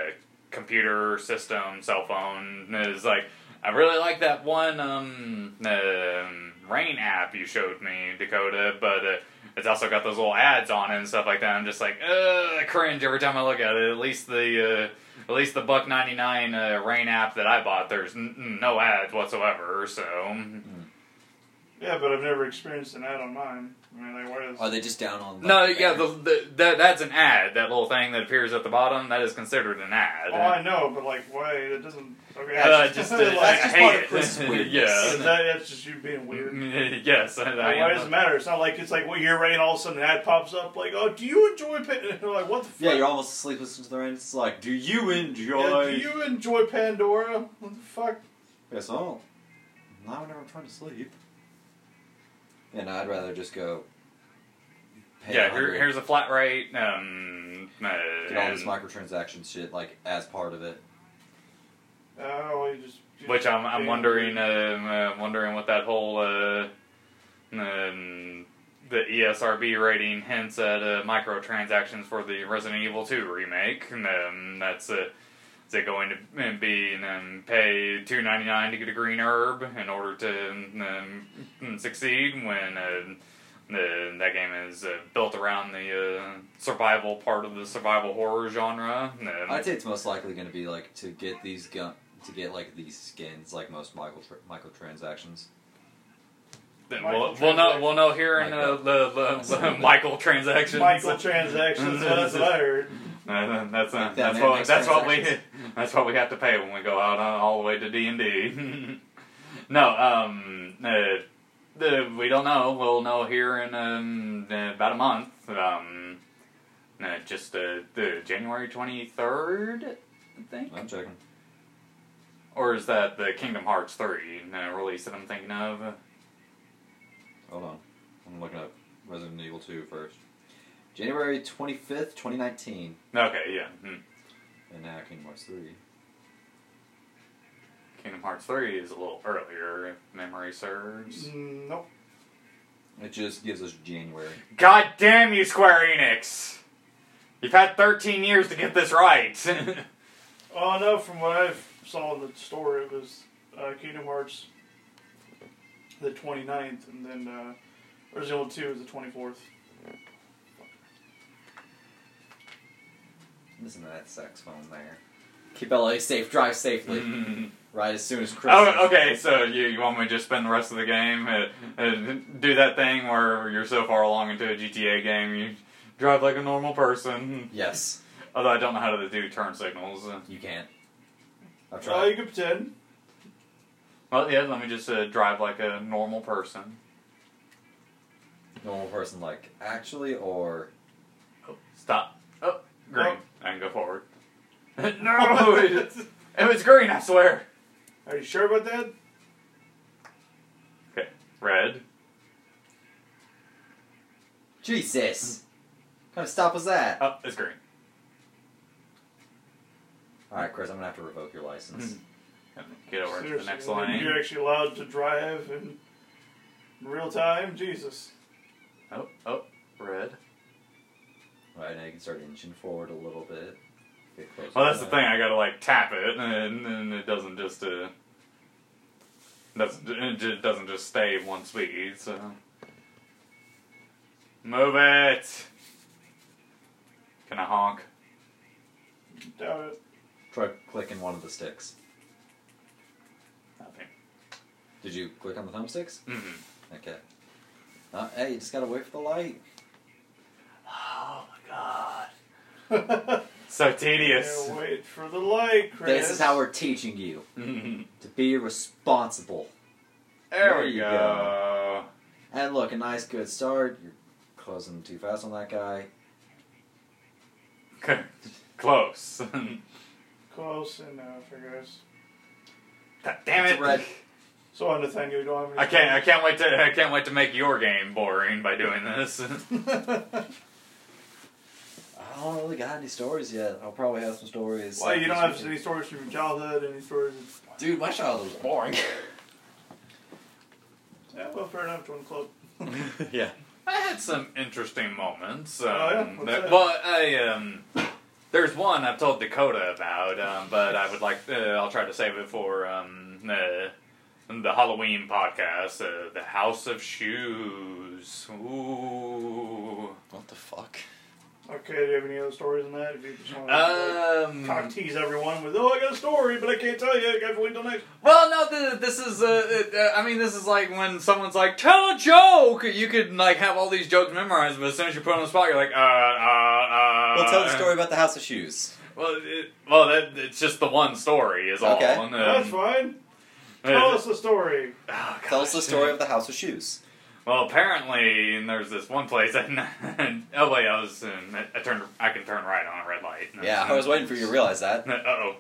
A: computer system, cell phone. Is like I really like that one um, um, rain app you showed me, Dakota, but. Uh, it's also got those little ads on it and stuff like that. I'm just like, uh, I cringe every time I look at it. At least the, uh, at least the buck ninety nine uh, rain app that I bought, there's n- n- no ads whatsoever. So,
C: Yeah, but I've never experienced an ad on mine. I mean, like, where is?
B: Are they just down on? Like,
A: no,
B: the
A: yeah,
B: banner?
A: the, the, that that's an ad. That little thing that appears at the bottom that is considered an ad.
C: oh, I know, but like, why? It doesn't. Okay,
A: uh,
C: that's
A: just,
C: just,
A: uh,
C: like,
A: I
B: that's just part of
A: hate
B: Chris's
A: it. Mm-hmm.
B: weirdness.
C: is
A: yeah.
C: that, that's just you being weird.
A: yes, I, I
C: Like, why
A: am-
C: does it matter? It's not like it's like what you're rain all of a sudden an ad pops up like, oh, do you enjoy Pandora? like, what the fuck?
B: Yeah, you're almost asleep listening to the rain. It's like, do you enjoy?
C: Yeah, do you enjoy Pandora? What the fuck?
B: Yes, I'll. Not whenever I'm trying to sleep. And I'd rather just go. pay
A: Yeah, here,
B: $100,
A: here's a flat rate. Um, uh,
B: get all this
A: and-
B: microtransaction shit like as part of it.
C: Oh, you just. you
A: Which
C: just
A: I'm, I'm
C: being
A: wondering,
C: weird.
A: um, uh, wondering what that whole uh, um, the ESRB rating hints at uh, microtransactions for the Resident Evil 2 remake. Um, that's uh, is it going to be um, pay two ninety nine to get a green herb in order to um, succeed when uh, the, that game is uh, built around the uh, survival part of the survival horror genre? Um,
B: I'd say it's most likely going to be like to get these gun to get like these skins like most micro microtransactions.
A: Then
C: Michael
A: we'll, we'll know.
C: transaction.
A: We'll know here in uh,
B: Michael.
A: the, the, the Michael transactions.
C: Michael transactions. yeah, that's what I heard.
A: Uh, that's uh,
B: Like that,
A: that's
B: man,
A: what
B: makes
A: that's what we
B: transactions.
A: that's what we have to pay when we go out on, all the way to D and D. No, um, uh, the, we don't know. We'll know here in um, uh, about a month. Um, uh, just uh, the January twenty third, I think.
B: I'm checking.
A: Or is that the Kingdom Hearts three uh, release that I'm thinking of?
B: Hold on, I'm looking up Resident Evil 2 first. January 25th, 2019.
A: Okay, yeah. mhm.
B: And now Kingdom Hearts 3.
A: Kingdom Hearts 3 is a little earlier, if memory serves.
C: Mm, Nope.
B: It just gives us January.
A: God damn you, Square Enix! You've had 13 years to get this right!
C: Oh no! From what I saw in the store, it was uh, Kingdom Hearts the 29th, and then uh, original two is the 24th.
B: Listen to that saxophone there. Keep LA safe. Drive safely.
A: Mm.
B: Right as soon as Christmas.
A: oh, okay, so you, you want me to just spend the rest of the game, uh, uh, do that thing where you're so far along into a GTA game, you drive like a normal person.
B: Yes,
A: Although I don't know how to do turn signals.
B: you can't. I've
C: Oh, you
B: tried.
C: can pretend.
A: Well, yeah, let me just uh, drive like a normal person.
B: Normal person, like actually, or
A: Oh, stop. Oh, green. I can go forward. no! It, it was green, I swear!
C: Are you sure about that?
A: Red.
B: Jesus. What kind of stop was that?
A: Oh, it's green.
B: All right, Chris, I'm gonna have to revoke your license.
A: Get over into the
C: Seriously,
A: next
C: I mean, You're
A: lane.
C: actually allowed to drive in real time. Jesus.
A: Oh, oh, red.
B: All right, now you can start inching forward a little bit. Get closer
A: Well,
B: to
A: Oh, that's the
B: that.
A: thing. I gotta like tap it, and, and it doesn't just uh, doesn't it ju- doesn't just stay at one speed. So move it. Can I honk?
C: Doubt it.
B: Try clicking one of the sticks.
A: Nothing.
B: Did you click on the thumbsticks?
A: Mm-hmm.
B: Okay. Uh, hey, you just gotta wait for the light.
A: Oh my god! So tedious.
C: Yeah, wait for the light, Chris.
B: This is how we're teaching you
A: Mhm.
B: to be responsible.
A: there
B: There
A: we
B: you
A: go.
B: And look, a nice good start. You're closing too fast on that guy.
A: Close.
C: Close enough, I guess.
A: god damn
B: It's
A: it!
B: red.
C: So on Nathaniel, you don't have any.
A: I can't. I can't wait to. I can't wait to make your game boring by doing this.
B: I don't really got any stories yet. I'll probably have some stories.
C: Why you don't
B: this
C: have
B: weekend.
C: any stories from your childhood? Any stories? of-
B: Dude, my childhood was boring.
C: Yeah, well, fair enough. Join the club.
B: yeah.
A: I had some interesting moments. Um,
C: Oh, yeah? What's
A: that-
C: that?
A: well, I um, there's one I've told Dakota about, um, but I would like uh, I'll try to save it for um, uh, the Halloween podcast, uh, the House of Shoes. Ooh.
B: What the fuck?
C: Okay, do you have any other stories on that? If you just want Oh, to like, cock
A: Um,
C: tease everyone with, oh, I got a story, but I can't tell you. I got to wait till next.
A: well, no, th- this is uh, uh, I mean, this is like when someone's like, "Tell a joke." You could like have all these jokes memorized, but as soon as you're put on the spot, you're like, "Uh, uh, uh."
B: Well, tell the story about the House of Shoes.
A: Well, it, well, that it's just the one story is all.
B: Okay.
A: And, um,
C: That's fine. Tell us the story.
A: oh,
B: Tell us the
A: gosh.
B: story of the House of Shoes.
A: Well, apparently, and there's this one place, and, and oh wait, I was, um, I turned, I can turn right on a red light.
B: Yeah, I was waiting for you to realize that.
A: Uh oh,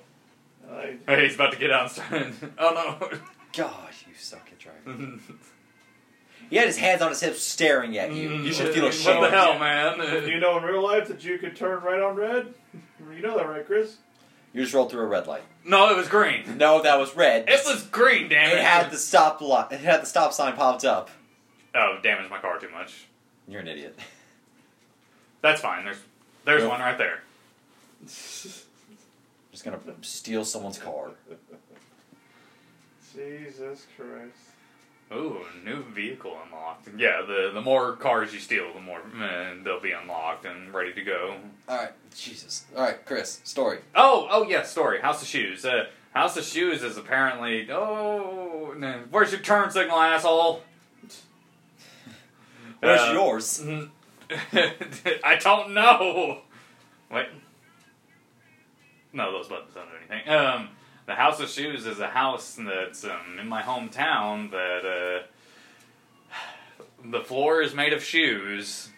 C: Like,
A: he's about to get out. And start, oh
B: God, you suck at driving.
A: no!
B: He had his hands on his hips staring at you. You should
A: Mm-hmm.
B: feel
A: what
B: ashamed.
A: the hell,
C: do you
A: man?
C: know in real life that you could turn right on red? You know that, right, Chris?
B: You just rolled through a red light.
A: No, it was green.
B: No, that was red.
A: It was green. Damn it!
B: It had the stop li- It had the stop sign popped up.
A: oh, damaged my car too much.
B: You're an idiot.
A: That's fine. There's, there's
B: Nope.
A: one right there.
B: just gonna steal someone's car.
C: Jesus Christ.
A: Ooh, new vehicle unlocked. Yeah, the the more cars you steal, the more uh, they'll be unlocked and ready to go.
B: All right, Jesus. All right, Chris. Story.
A: Oh, oh yeah, story. House of Shoes. Uh, House of Shoes is apparently. Oh, no. where's your turn signal, asshole?
B: Where's
A: Uh,
B: yours?
A: I don't know. Wait. No, those buttons don't do anything. Um, the House of Shoes is a house that's um, in my hometown that uh, the floor is made of shoes.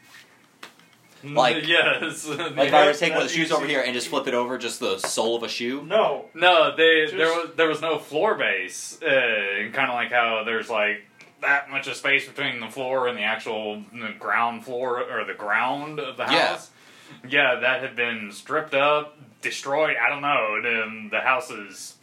B: Like-
A: yes,
B: Like if I were to
C: Yeah,
B: take one of the
C: that's
B: shoes over
C: easy.
B: here and just flip it over, just the sole of a shoe.
C: No.
A: No, they there
C: Just-
A: was there was no floor base, uh, kind of like how there's like that much of space between the floor and the actual mm, ground floor or the ground of the
B: Yeah.
A: house. Yeah, that had been stripped up, destroyed. I don't know. And the house is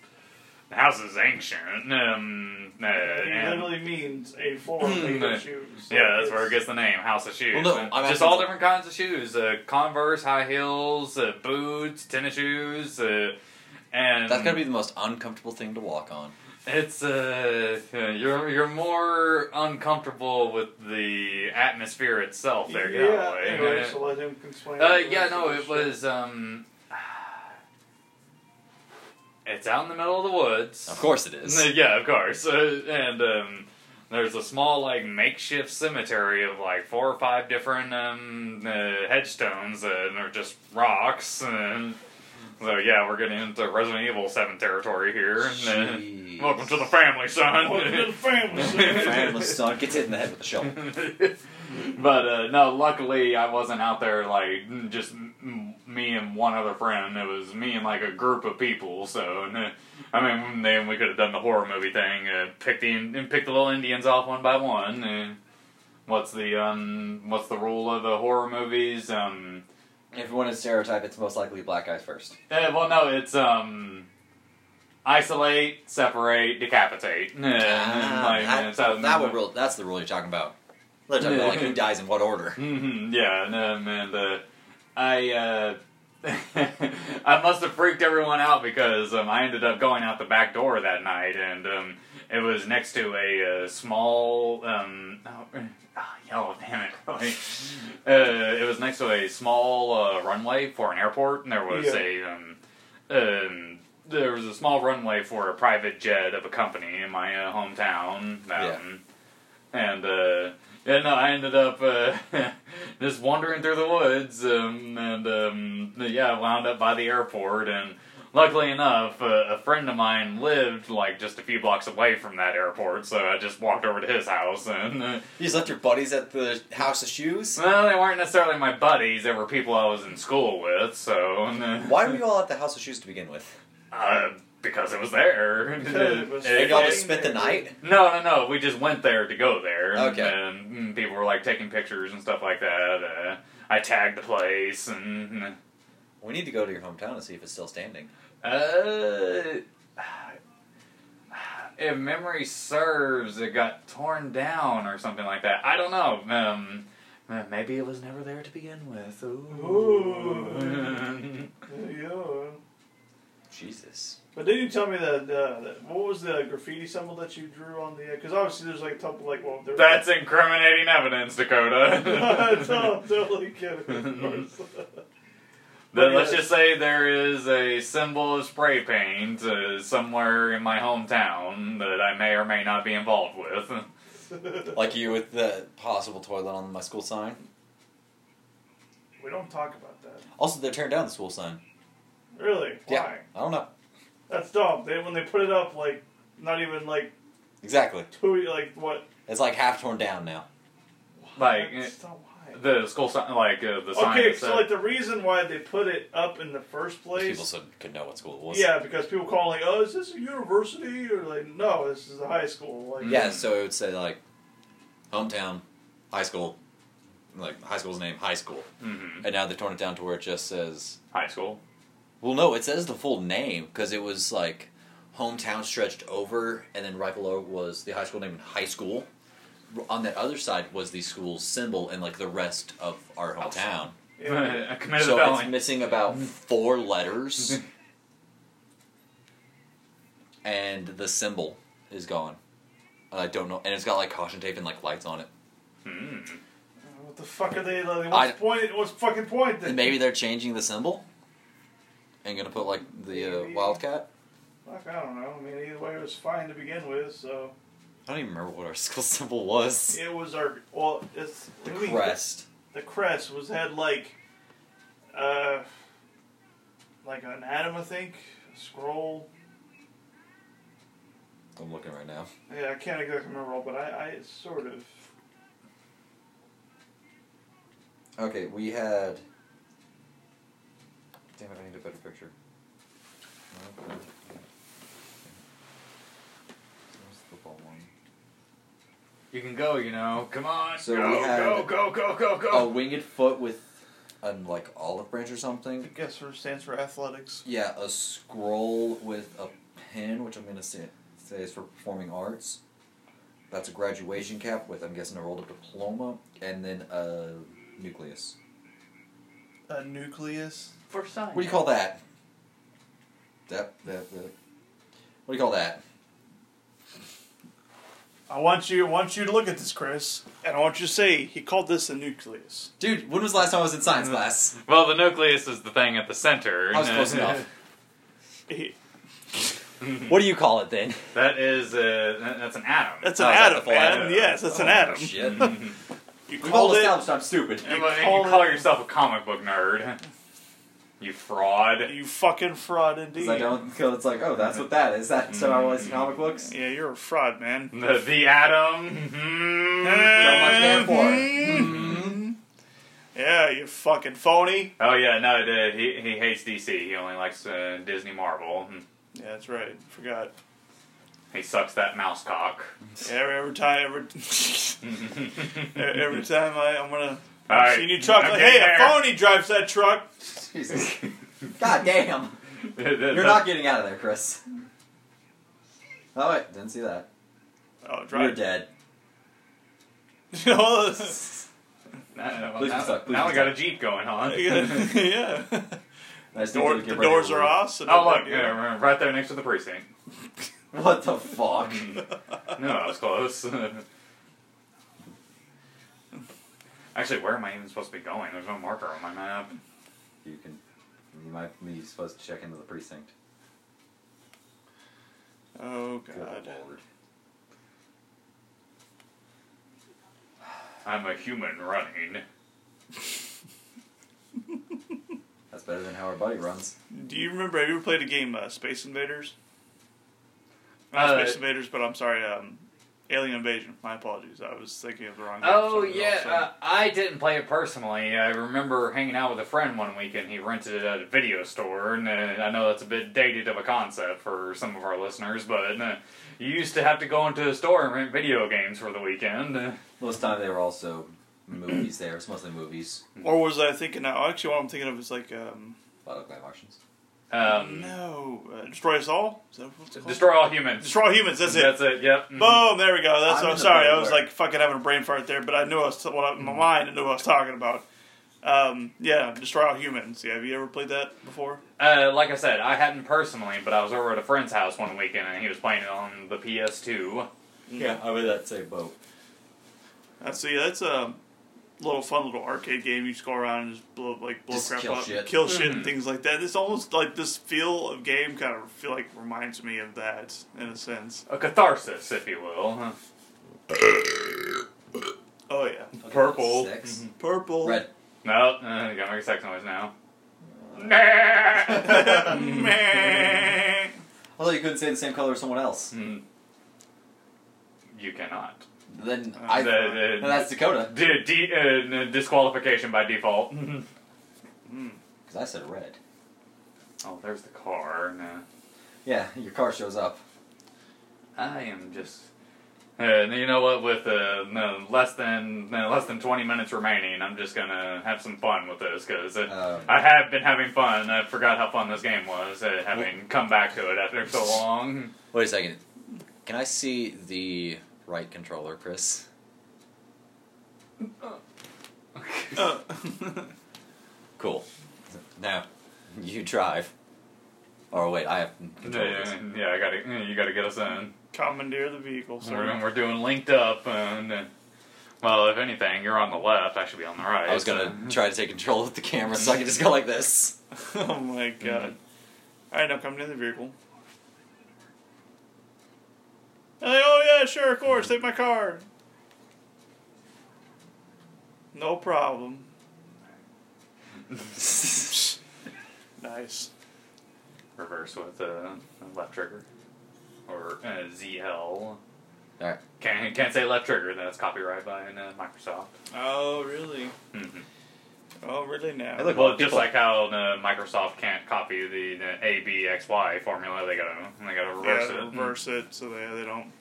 A: the house is ancient. Um, uh,
C: It
A: and- Hmm,
C: literally means a floor made of shoes.
A: yeah, that's
C: It's-
A: where it gets the name, House of Shoes.
B: Well, no,
A: Uh,
B: I'm
A: just
B: asking-
A: all different kinds of shoes: uh, Converse, high heels, uh, boots, tennis shoes, uh, and
B: That's gotta be the most uncomfortable thing to walk on.
A: It's uh, you're you're more uncomfortable with the atmosphere itself there,
C: yeah,
A: Galloway.
C: anyway, so let him explain.
A: Uh,
C: the
A: yeah,
C: rest of
A: no,
C: the
A: it
C: shit.
A: was um. It's out in the middle of the woods.
B: Of course it is.
A: N- Yeah, of course. Uh, and um, there's a small like makeshift cemetery of like four or five different um, uh, headstones, uh, and they're just rocks. And so yeah, we're getting into Resident Evil Seven territory here. And,
B: Jeez.
A: uh, welcome to the family,
C: Welcome to
A: son.
C: the family.
B: Man,
C: sir.
B: my son gets hit in the head with a shovel.
A: but uh, no, luckily I wasn't out there like mm, just m- me and one other friend. It was me and like a group of people. So and, uh, I mean, then we could have done the horror movie thing, uh, pick the and pick the little Indians off one by one. And what's the um what's the rule of the horror movies? Um,
B: Everyone is stereotype. It's most likely black guys first.
A: eh, well, no, it's um. Isolate, separate, decapitate. Eh, like,
B: Ah,
A: uh,
B: that,
A: it's out in the-
B: that would rule. That's the rule you're talking about. They're talking about like who dies in what order.
A: hmm yeah, and, um, and uh, I uh, I must have freaked everyone out because um, I ended up going out the back door that night, and um, it was next to a uh, small um, oh, ah, oh damn it, really. uh, it was next to a small uh, runway for an airport, and there was
C: Yeah.
A: a um, um, there was a small runway for a private jet of a company in my uh, hometown. Um,
B: Yeah.
A: And uh, yeah, no, I ended up uh, just wandering through the woods, um, and um, yeah, I wound up by the airport. And luckily enough, uh, a friend of mine lived like just a few blocks away from that airport, so I just walked over to his house. And uh,
B: You just left your buddies at the house of shoes.
A: well, they weren't necessarily my buddies; they were people I was in school with. So and, uh,
B: Why were you all at the house of shoes to begin with?
A: Uh, because it was there.
C: Because it was
B: Did
A: It-
B: you all
A: it-
B: just spent the night?
A: No, no, no. We just went there to go there.
B: Okay.
A: And, mm, people were like taking pictures and stuff like that. Uh, I tagged the place and. mm.
B: We need to go to your hometown and see if it's still standing.
A: Uh, if memory serves, it got torn down or something like that. I don't know. Um, uh, maybe it was never there to begin with. Ooh.
C: Ooh. Yeah.
B: Jesus.
C: But didn't you tell me that, uh, that what was the graffiti symbol that you drew on the? Because obviously there's like a couple like well there.
A: That's incriminating evidence, Dakota.
C: That's all totally kidding. of course.
A: Then let's just say there is a symbol of spray paint uh, somewhere in my hometown that I may or may not be involved with.
B: Like you with the possible toilet on my school sign.
C: we don't talk about that.
B: Also, they turned down the school sign.
C: Really? Why?
B: Yeah. I don't know.
C: That's dumb. They when they put it up like not even like
B: Exactly.
C: two like what?
B: It's like half torn down now.
A: Like,
C: That's dumb. Why?
A: The school sign, like uh, the sign.
C: Okay,
A: that
C: so
A: said-
C: like the reason why they put it up in the first place.
B: People said, could know what school it was.
C: yeah, because people call like, oh, is this a university? Or like, no, this is a high school. Like,
B: Yeah, so it would say like hometown, high school, like high school's name, high school.
A: Mhm.
B: And now they've torn it down to where it just says,
A: high school.
B: well, no, it says the full name because it was like hometown stretched over, and then right below was the high school name and high school. On that other side was the school's symbol and like the rest of our hometown.
C: yeah.
A: I committed a
B: So it's
A: felony.
B: missing about four letters, and the symbol is gone. I don't know, and it's got like caution tape and like lights on it.
A: Hmm.
C: What the fuck are they? Like, what's
B: I-
C: point? What's fucking point? Then?
B: And maybe they're changing the symbol and gonna put like the uh,
C: Maybe.
B: wildcat.
C: Fuck, I don't know. I mean, either way, it was fine to begin with. So
B: I don't even remember what our school symbol was.
C: it was our well, it's
B: The
C: I mean,
B: crest.
C: The crest was had like, uh, like an atom, I think, a scroll.
B: I'm looking right now.
C: Yeah, I can't exactly remember all, but I, I sort of.
B: Okay, we had. Damn it! I need a better picture. Okay. Where's the football one?
A: You can go, you know. Come on.
B: So
A: go,
B: we had- Oh.
A: go, go, go, go, go.
B: A winged foot with an like olive branch or something.
C: I guess it stands for athletics.
B: Yeah, a scroll with a pen, which I'm gonna say, say is for performing arts. That's a graduation cap with, I'm guessing, a rolled up diploma, and then a nucleus.
C: A nucleus.
A: For science.
B: What do you call that? That that. that. What do you call that?
C: I want you, I want you to look at this, Chris, and I want you to say he called this a nucleus.
B: Dude, when was the last time I was in science class?
A: Well, the nucleus is the thing at the center.
B: I was close enough.
C: He-
B: What do you call it then?
A: That is uh, that- that's an atom.
C: That's
B: Oh,
C: an
B: is that the
C: atom,
B: full
C: man.
A: atom?
C: Yes, that's an
B: Oh,
C: atom.
B: Shit.
C: You
B: We've all
C: called it.
B: established I'm stupid.
A: you,
C: You
A: well, you
C: call
A: call,
C: it-
A: yourself a comic book nerd. You fraud.
C: You fucking fraud, indeed.
B: Because I don't, because it's like, oh, that's what that is.
C: Mm.
B: That's how I realized in comic books.
C: Yeah, you're a fraud, man.
A: The, the atom. Mm-hmm. Mhm.
B: Not much there for.
C: Yeah, you fucking phony.
A: Oh yeah, no, the, he he hates DC. He only likes uh, Disney Marvel.
C: Yeah, that's right. Forgot.
A: He sucks that mouse cock.
C: Every, every time, every every time I, I'm gonna
A: All right,
C: see new truck.
A: I'm
C: Like, hey,
A: getting there.
C: a phony drives that truck.
B: Jesus. God damn. You're not getting out of there, Chris. Oh wait, didn't see that.
C: Oh,
B: You're
C: drive.
B: dead.
A: No,
B: Please
A: now,
B: don't suck, please
A: now
B: don't
A: we got a
B: suck.
A: jeep going on.
C: yeah.
B: I just
C: Door,
B: need to
C: the
B: get
C: doors
B: ready to
C: are off. So
A: Oh
C: nobody-
A: look, yeah, right there next to the precinct.
B: leave. What the fuck?
C: Mm.
A: No, that was close. Actually, where am I even supposed to be going? There's no marker on my map.
B: you can. You might be supposed to check into the precinct.
C: Oh
B: Good
C: god.
B: lord.
A: I'm a human running.
B: That's better than how our buddy runs.
C: Do you remember? Have you ever played a game, uh, Space Invaders? Not
A: Uh,
C: Space Invaders, but I'm sorry, um, Alien Invasion. My apologies. I was thinking of the wrong. game for
A: Oh
C: some reason.
A: yeah,
C: So-
A: uh, I didn't play it personally. I remember hanging out with a friend one weekend. He rented it at a video store, and uh, I know that's a bit dated of a concept for some of our listeners, but uh, you used to have to go into a store and rent video games for the weekend. Uh,
B: Most time they were also movies there. It's mostly movies.
C: Or was I thinking? Now, actually, what I'm thinking of is like, um,
B: A lot of bad Martians.
A: Um,
C: no, uh, Destroy Us All. Is that what it's called?
A: Destroy all humans.
C: Destroy All humans. That's it.
A: That's it. Yep. Mhm.
C: Boom! There we go. That's.
B: I'm
C: I'm,
B: in the
C: sorry.
B: boat
C: I was
B: where-
C: like fucking having a brain fart there, but I knew I was what I, my mind. I knew what I was talking about. Um, yeah, Destroy All Humans. Yeah, have you ever played that before?
A: Uh, like I said, I hadn't personally, but I was over at a friend's house one weekend, and he was playing it on the PS2.
B: Yeah, I would that say boat.
C: Uh, so yeah, that's a little fun little arcade game. You just go around and just blow like blow
B: Just
C: crap
B: kill
C: up,
B: shit.
C: kill shit,
A: Mhm.
C: and things like that. It's almost like this feel of game kind of feel like reminds me of that in a sense.
A: A catharsis, if you will. huh?
C: Oh yeah,
A: Purple. Mm-hmm.
B: Six.
C: purple,
B: Red.
A: No, uh, you gotta make a sex noise now.
C: Meh.
B: Although you couldn't say the same color as someone else.
A: Mm. you cannot.
B: Then
C: Uh,
B: I.
A: the, the-
B: then that's Dakota.
A: di- di- uh, n- disqualification by default.
B: Because I said red.
A: oh, there's the car. No.
B: Yeah, your car shows up.
A: I am just. Uh, you know what? With uh, no, less than no, less than twenty minutes remaining, I'm just gonna have some fun with this because uh,
B: Um,
A: I have been having fun. I forgot how fun this game was, uh, having come back to it after so long.
B: Wait a second. Can I see the right controller, Chris?
C: Uh,
B: Cool. Now, you drive. Or wait, I have controllers.
A: Yeah, yeah, I gotta, you gotta get us in.
C: commandeer the vehicle, sir.
A: We're, we're doing linked up, and uh, well, if anything, you're on the left. I should be on the right. Uh,
B: I was gonna try to take control of the camera so I can just go like this.
C: oh my god! All right, now commandeer the vehicle. And like, oh yeah, sure, of course, take my car. No problem. Nice.
A: reverse with uh, left trigger or uh, ZL.
B: Alright.
A: Can't can't say left trigger. That's copyright by uh, Microsoft.
C: Oh, really?
B: Mm-hmm.
A: Mhm.
C: Oh, really now?
B: Hey, look.
A: Well, just
B: people-
A: like how uh, Microsoft can't copy the, the A B X Y formula, they gotta they gotta
C: yeah,
A: reverse
C: they
A: it.
C: reverse it so they, they don't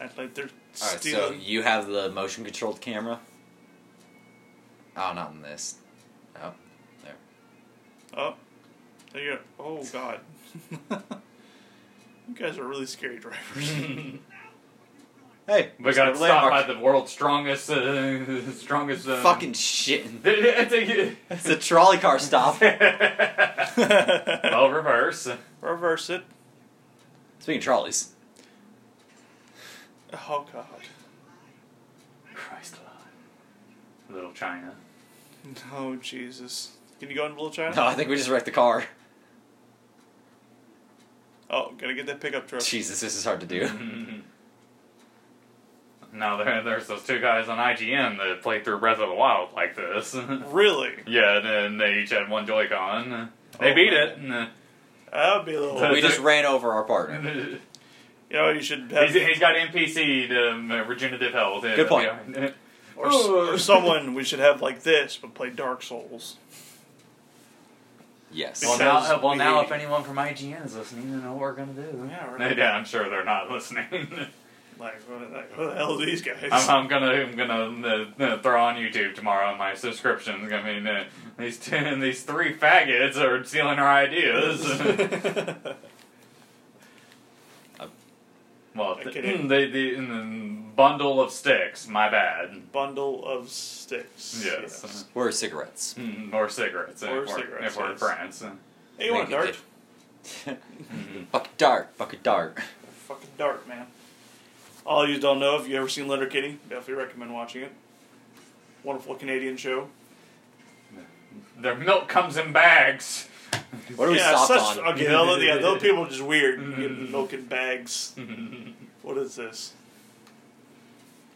C: act like they're
B: All right, so
C: stealing.
B: you have the motion controlled camera. Oh, not in this. Oh, there.
C: Oh, there you go. Oh God, you guys are really scary drivers.
B: Hey,
A: We got stopped by the world's strongest, uh, strongest. Um,
B: fucking shit.
A: well,
B: It's a trolley car stop. Oh.
A: reverse.
C: Reverse it.
B: Speaking of trolleys,
C: Oh God.
A: Christ alive. Little China.
C: Oh Jesus. Can you go into Little China?
B: no, I think we just wrecked the car.
C: Oh, gotta get that pickup truck.
B: Jesus, this is hard to do.
A: Now there, there's those two guys on IGN that play through Breath of the Wild like this.
C: Really?
A: yeah, and, then they each had one Joy-Con. They
C: Oh,
A: beat
C: That'd be a little.
A: So-
B: we just ran over our partner.
A: it.
C: You know, you should have,
A: he's, he's got NPC um, regenerative health.
B: Good point.
C: or, s- or someone we should have like this, but play Dark Souls.
B: Yes.
A: Well,
C: Because
A: now, well,
C: we-
A: now if anyone from IGN is listening, they know what we're gonna do.
C: Yeah, we're
A: Yeah,
C: gonna-
A: I'm sure they're not listening.
C: Like, what, like, who the hell are these guys?
A: I'm, I'm gonna, I'm gonna uh, uh, throw on YouTube tomorrow my subscriptions. I mean, uh, these two and these three faggots are stealing our ideas. well, th-
C: Okay.
A: they, the mm, bundle of sticks. My bad.
C: Bundle of sticks.
A: Yes. Uh-huh.
B: We're cigarettes.
A: Mm, Or cigarettes.
C: Or
A: if we're,
C: cigarettes,
A: If we're in
C: yes.
A: France.
C: Hey, you want
B: Make it
C: dart?
B: Fucking dart. Fucking dart.
C: Fucking dart, man. All you don't know, if you ever seen Letter Kitty, definitely recommend watching it. Wonderful Canadian show.
A: Their milk comes in bags.
B: What are we
C: yeah,
B: stopped
C: such,
B: on?
C: Okay, those, yeah, those people are just weird.
A: Mm-hmm.
C: Getting milk in bags. What is this?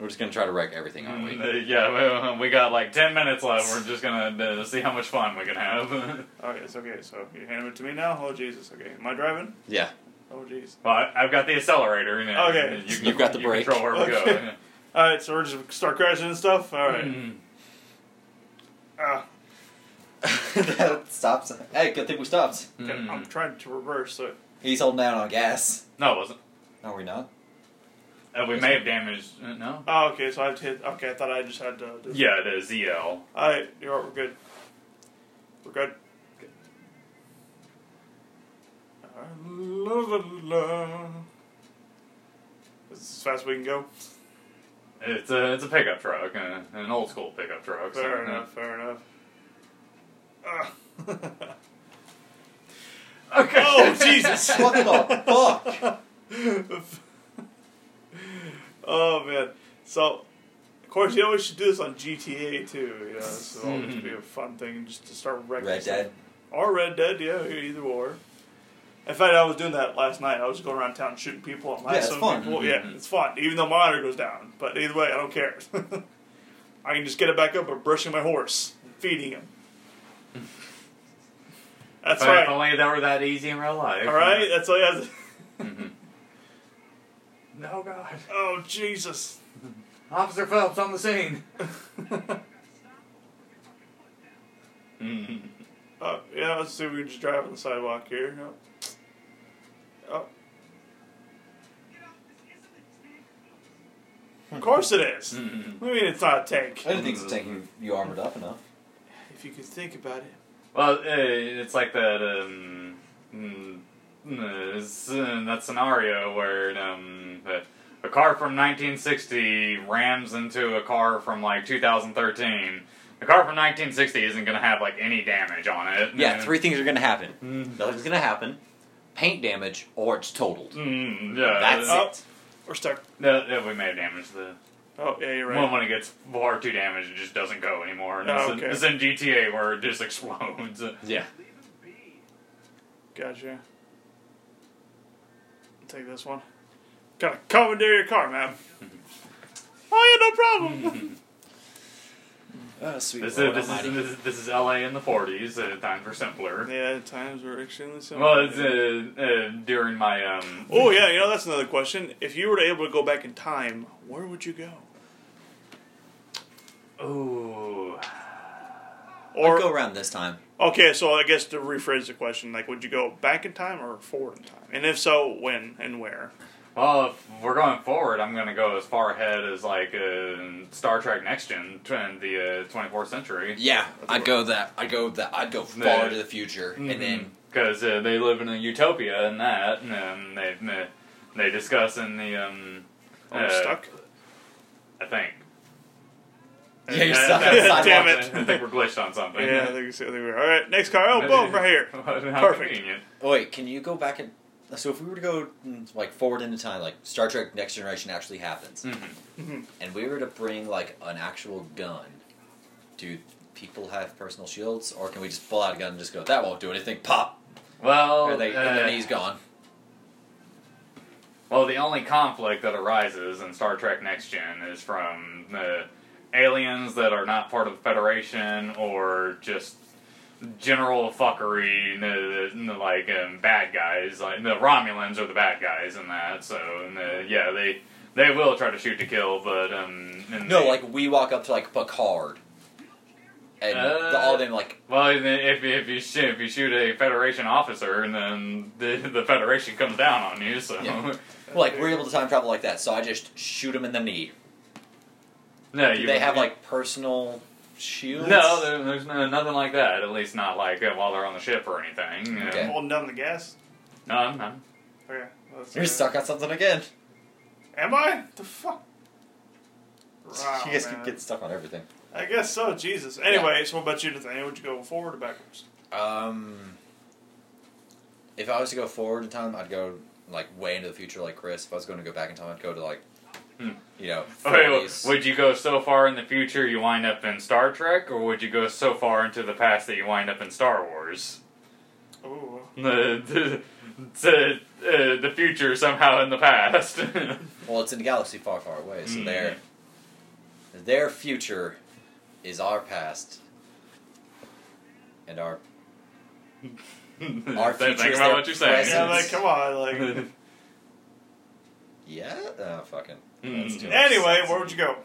B: We're just gonna try to wreck everything, aren't
A: Mm,
B: we?
A: uh, yeah, we, we got like 10 minutes left. We're just gonna uh, see how much fun we can have.
C: Okay, Oh, it's okay. So you hand it to me now. Oh Jesus. Okay, am I driving?
B: Yeah.
C: Oh jeez.
A: Well, I- I've got the accelerator. You know,
C: Okay.
A: You,
B: You've got the
A: you
B: brake.
A: Control where we go.
C: Okay. All right, so we're just start crashing and stuff. All right.
A: Mm.
C: Ah,
B: that stops. Hey, good thing we stopped.
C: okay,
A: Mm-hmm.
C: I'm trying to reverse. So
B: He's holding down on gas.
A: No, it wasn't.
B: No, we're not.
A: Uh, we may have damaged. Uh, no.
C: oh, okay. So I have to hit. Okay, I thought I just had to. Do
A: Yeah, E the ZL.
C: All right, you're right, we're good. We're good. Good. Uh, La, la, la. This is as fast as we can go.
A: It's a it's a pickup truck, uh, an old school pickup truck. so,
C: Fair
A: uh,
C: enough. Fair enough. Ah.
A: Okay.
C: oh Jesus!
B: What the fuck?
C: oh man. So, of course, you know we should do this on GTA too. You know, so it'll always be a fun thing just to start wrecking.
B: Red
C: stuff.
B: Dead.
C: Or Red Dead, yeah, e-, either or. In fact, I was doing that last night. I was going around town shooting people and
B: Yeah, it's
C: lassoing
B: fun.
C: people. Yeah, it's fun. Even though my honor goes down, but either way, I don't care. I can just get it back up by brushing my horse, and feeding him.
A: But
C: That's
A: If
C: right.
A: only that were that easy in real life. Uh, mm-hmm.
C: All right, that's all you have. To...
A: No God,
C: Oh Jesus!
A: Officer Phelps on the scene. Mm-hmm. Mhm.
C: Oh, yeah, let's see if we can just drive on the sidewalk here. No. Oh. Of course it is.
A: Mhm.
C: I mean, it's not a tank.
B: Hmm. I didn't think so, taking you armored up enough.
C: If you could think about it.
A: Well, uh, it's like that. Um, mm, uh, s- uh, that scenario where um, that a car from 1960 rams into a car from like 2013. The car from 1960 isn't going to have like any damage on it.
B: Yeah,
A: Uh,
B: three things are gonna happen.
A: Mm.
B: Nothing's gonna happen. Paint damage, or it's totaled.
A: Mm, yeah,
B: That's
A: uh,
C: Oh.
B: it.
C: We're stuck.
A: No, no, we may have damaged the
C: Oh, yeah, you're right.
A: one when it gets far too damaged, it just doesn't go anymore. And
C: Oh,
A: it's,
C: okay.
A: in, it's in GTA where it just explodes.
B: Yeah.
C: Gotcha. Take this one. Gotta commandeer your car, man. oh, yeah, no problem.
B: Oh, sweet.
A: This is
B: Lord
A: this is,
B: Almighty.
A: this is this is LA in the 40s. Uh, times were simpler.
C: yeah, times were extremely similar.
A: Well, it's, uh, uh, during my um.
C: oh, yeah, you know, that's another question. If you were able to go back in time, where would you go?
A: Oh,
B: I'd
C: Or,
B: go around this time.
C: okay, so I guess to rephrase the question, like, would you go back in time or forward in time? And if so, when and where?
A: Well, if we're going forward, I'm going to go as far ahead as like uh, Star Trek Next Gen, tw- the uh, 24th century.
B: Yeah,
D: That's
B: I'd
D: what-
B: go that. I'd go that. I'd go
A: The-
B: far to the future,
A: Mm-hmm.
B: and then
A: because uh, they live in a utopia and that, and um, they they- they discuss in the um,
D: Oh, I'm
A: uh,
D: stuck.
A: I think.
B: Yeah, you're
A: Uh,
B: stuck on
A: that's-
B: the sidewalk.
D: Damn it.
A: I think we're glitched on something.
D: Yeah, I think so. I think we're all right. Next car. Oh, boom, right here.
A: How
D: Perfect.
A: convenient.
B: Oh, wait, can you go back and so if we were to go mm, like forward into time, like Star Trek Next Generation actually happens,
A: Mhm.
B: and we were to bring like an actual gun, do people have personal shields, or can we just pull out a gun and just go that won't do anything? Pop,
A: Well,
B: or they, and
A: uh,
B: then he's gone.
A: Well, the only conflict that arises in Star Trek Next Gen is from the aliens that are not part of the Federation or just general fuckery, n- n- like um, bad guys. Like the Romulans are the bad guys in that. So and, uh, yeah, they they will try to shoot to kill, but um, and
B: No,
A: they-
B: like we walk up to like Picard, and
A: Uh,
B: the, all of them like
A: well, and then if if you shoot, if you shoot a Federation officer, and then the, the Federation comes down on you, so.
B: Yeah. like we're able to time travel like that. So I just shoot him in the knee.
A: No,
B: Do
A: you
B: they have like personal shields?
A: No, there, there's no, nothing like that. At least not like uh, while they're on the ship or anything. Uh,
B: Okay.
C: Holding down the gas.
A: No, no.
C: Okay. well, that's
B: you're
C: it.
B: stuck on something again.
C: Am I? The fuck. Wow,
B: you guys
C: Oh, man.
B: can get stuck on everything.
C: I guess so. Jesus. Anyway, so what about you, Nathaniel? Would you go forward or backwards?
B: Um, if I was to go forward in time, I'd go like way into the future, like Chris. If I was going to go back in time, I'd go to like,
A: Hmm.
B: you know,
A: Okay, well,
B: 40s.
A: would you go so far in the future you wind up in Star Trek, or would you go so far into the past that you wind up in Star Wars?
C: Ooh.
A: The the, the, uh, the future somehow in the past.
B: well, it's in a galaxy far, far away, so
A: Mm.
B: their their future is our past, and our Our
A: Think
B: future
A: about
B: is their
A: what you're saying.
C: Yeah, like come on, like.
B: yeah, oh, fucking.
A: Mm.
B: too much
C: anyway,
B: sense.
C: where would you go?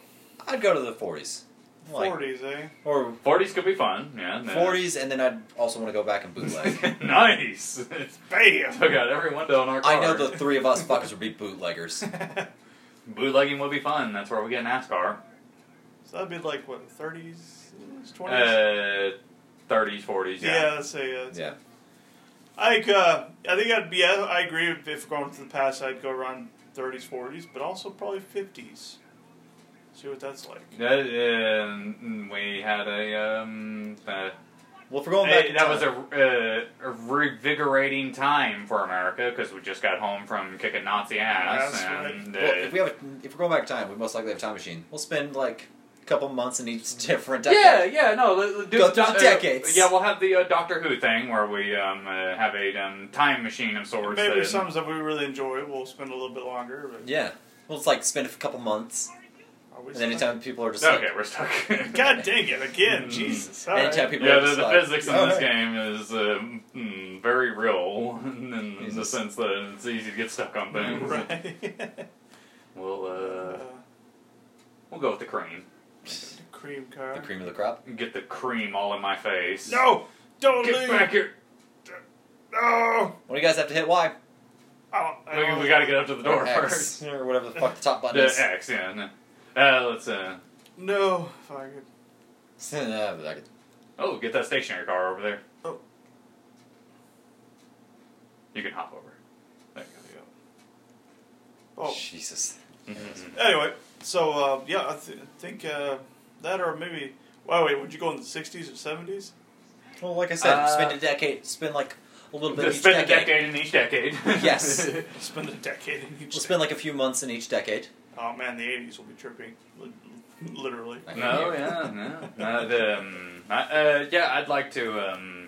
B: I'd go to the forties, like
C: Forties, eh?
B: or
A: 40s could be fun. Yeah. no.
B: forties, and then I'd also want to go back and bootleg.
A: nice.
C: Bam.
A: Took out every window in our car.
B: I know the three of us fuckers would be bootleggers.
A: bootlegging would be fun. That's where we get NASCAR.
C: so that'd be like what thirties, twenties.
A: Uh, 30s, 40s,
C: yeah.
A: yeah.
C: let's say yeah.
B: Yeah,
C: I uh, I think I'd be. Yeah, I agree. If, if going to the past, I'd go around thirties, forties, but also probably fifties. See what that's like.
A: That, uh, we had a, um, uh,
B: well, if we're going back,
A: eh,
B: in
A: that
B: time,
A: was a, uh, a revigorating time for America because we just got home from kicking Nazi ass.
C: That's right.
A: and,
B: Well,
A: uh,
B: if we have, a, if we're going back in time, we most likely have a time machine. We'll spend like a couple months in each different decade.
A: yeah, yeah, no, let- let- do
B: Go
A: the
B: through
A: doc- uh,
B: decades.
A: yeah, we'll have the uh, Doctor Who thing where we um, uh, have a um, time machine of sorts.
C: Maybe
A: that-
C: some that we really enjoy, we'll spend a little bit longer. But
B: yeah. We'll just like spend a couple months,
C: Are we
B: and anytime people are just
A: Okay,
B: like,
A: we're stuck.
C: God dang it again,
A: Mm.
C: Jesus! All
B: anytime
C: right.
B: people
A: Yeah,
B: are
A: the,
B: just
A: the
B: like,
A: physics in
B: "Oh,
A: this
B: hey."
A: game is um, mm, very real in, in the
B: Jesus.
A: sense that it's easy to get stuck on things.
C: Right.
A: We'll uh,
C: Uh,
A: we'll go with the cream.
C: cream car.
B: The cream of the crop.
A: Get the cream all in my face.
C: No, don't
A: get
C: leave.
A: back here.
C: No.
B: What do you guys have to hit? Y
C: I don't- I
A: We,
C: don't-
A: we got to get up to the door
B: or X,
A: first.
B: or whatever the fuck the top button
A: The
B: is.
A: X, yeah. No. Uh, let's uh.
C: No, if I could.
B: Yeah, but I could-
A: Oh, get that stationary car over there.
C: Oh.
A: You can hop over.
C: I gotta go. Oh,
B: Jesus.
C: anyway, so uh, yeah, I, th- I think uh, that or maybe. Wow, wait, would you go in the '60s or '70s?
B: Well, like I said,
A: Uh,
B: spend a decade. Spend like a little bit
A: Just
B: each
A: spend
B: decade.
A: a decade in each decade.
B: Yes.
C: Spend a decade in each.
B: We'll spend like a few months in each decade.
C: Oh man, the '80s will be tripping, li- literally.
B: I
A: No,
B: hear you.
A: yeah, no. no the, um, I, uh, yeah, I'd like to. Um,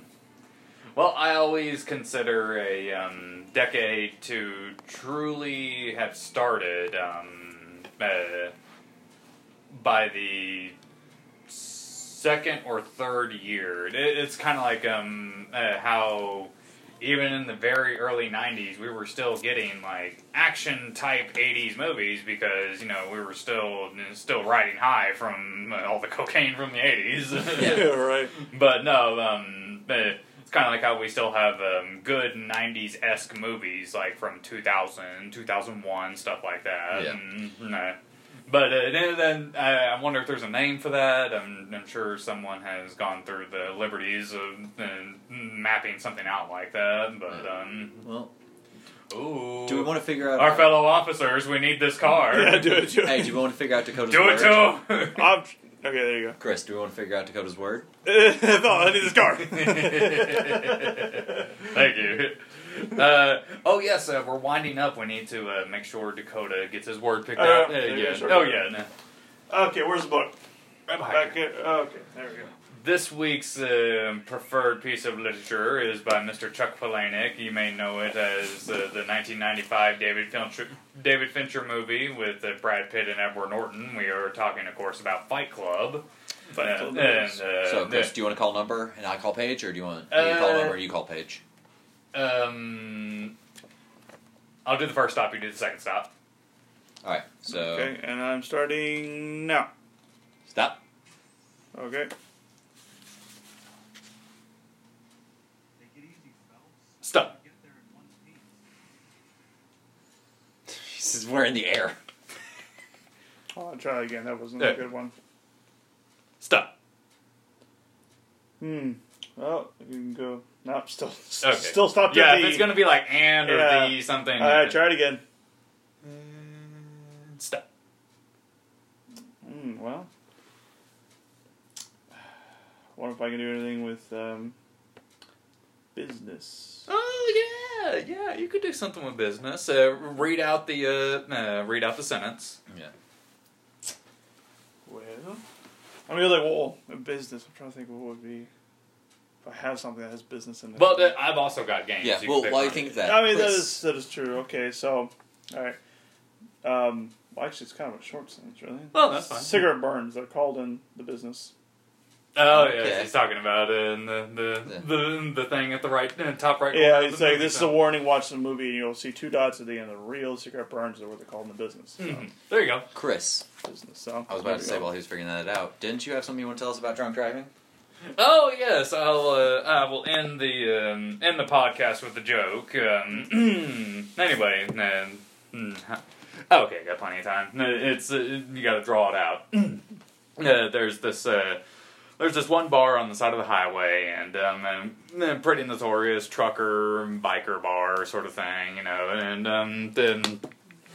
A: well, I always consider a um, decade to truly have started um, uh, by the second or third year. It, it's kind of like um, uh, how even in the very early 90s we were still getting like action type 80s movies because you know we were still still riding high from uh, all the cocaine from the 80s
C: Yeah, right.
A: but no um uh, kind of like how we still have um, good 90s esque movies, like from 2000, 2001, stuff like that.
B: Yeah.
A: And, nah. But uh, then, then I, I wonder if there's a name for that. I'm, I'm sure someone has gone through the liberties of uh, mapping something out like that. But, um,
B: Well,
A: ooh.
B: do we want to figure out
A: Our fellow officers, we need this car.
D: Yeah, do it, do it.
B: Hey, do we want to figure out Dakota's
A: Do
B: word?
A: it to 'em.
D: I'm, okay, there you go.
B: Chris, do we want to figure out Dakota's word?
D: no, I need this car.
A: Thank you. Uh, oh yes, uh, we're winding up. We need to uh, make sure Dakota gets his word picked
C: Uh,
A: out. Uh,
C: yeah,
A: yeah.
C: sure.
A: Oh yeah. no.
C: Okay, where's the book? Right
A: Behind
C: back here. Okay, there we go.
A: This week's um preferred piece of literature is by Mr. Chuck Palahniuk. You may know it as uh, the 1995 David Fincher, David Fincher movie with uh, Brad Pitt and Edward Norton. We are talking, of course, about Fight Club.
C: Fight
A: Uh,
C: Club,
A: and,
C: yes.
A: uh,
B: so, Chris,
A: the-
B: do you want to call number and I call Paige, or do you want me to call
A: Uh,
B: number and you call Paige?
A: um, I'll do the first stop. You do the second stop.
B: All right. So
A: Oh.
D: Okay, and I'm starting now.
B: stop.
D: Okay.
A: Stop.
B: She's wearing the air.
D: Oh, I'll try again. That wasn't
A: Yeah.
D: a good one.
A: Stop.
D: Hmm. Well, you can go. Nope, still,
A: Okay.
D: still stopped
A: Yeah,
D: at
A: if
D: the.
A: it's gonna be like and or
D: Yeah.
A: the something. Mm,
D: All right, try it again.
A: Stop.
D: Hmm, well, I wonder if I can do anything with um, business.
A: Oh yeah, yeah. You could do something with business. Uh, read out the uh, uh, read out the sentence.
B: Yeah.
D: Well, I mean, like, well, business. I'm trying to think what would be if I have something that has business in it.
A: Well, uh, I've also got games.
B: Yeah.
A: can
B: Well,
A: pick
B: while you
A: from.
B: think of that,
D: I mean, that
B: Chris,
D: is that is true. Okay, so, all right. Um, well, actually, it's kind of a short sentence, really.
A: Well,
B: Oh,
A: that's fine.
D: Cigarette burns. They're called in the business.
A: Oh yeah,
B: Okay.
A: he's talking about uh, and the the,
B: Yeah.
A: the the thing at the right uh, top right.
D: Yeah,
A: corner of
D: it's
A: the
D: like
A: movie,
D: this is a
A: so-
D: warning. Watch the movie, and you'll see two dots at the end. The real cigarette burns are what they're called in the business. So,
A: Mhm. There you go.
B: Chris,
D: business. So
B: Hmm. I was
D: there
B: about to
D: we
B: say
D: go.
B: while he was figuring that out, didn't you have something you want to tell us about drunk driving?
A: Oh yes, I'll uh, I will end the um, end the podcast with a joke. Um, anyway, um, mm, okay, got plenty of time. Uh, It's uh, you got to draw it out. uh, there's this uh, there's this one bar on the side of the highway, and um, and, uh, pretty notorious trucker biker bar sort of thing, you know. And um, then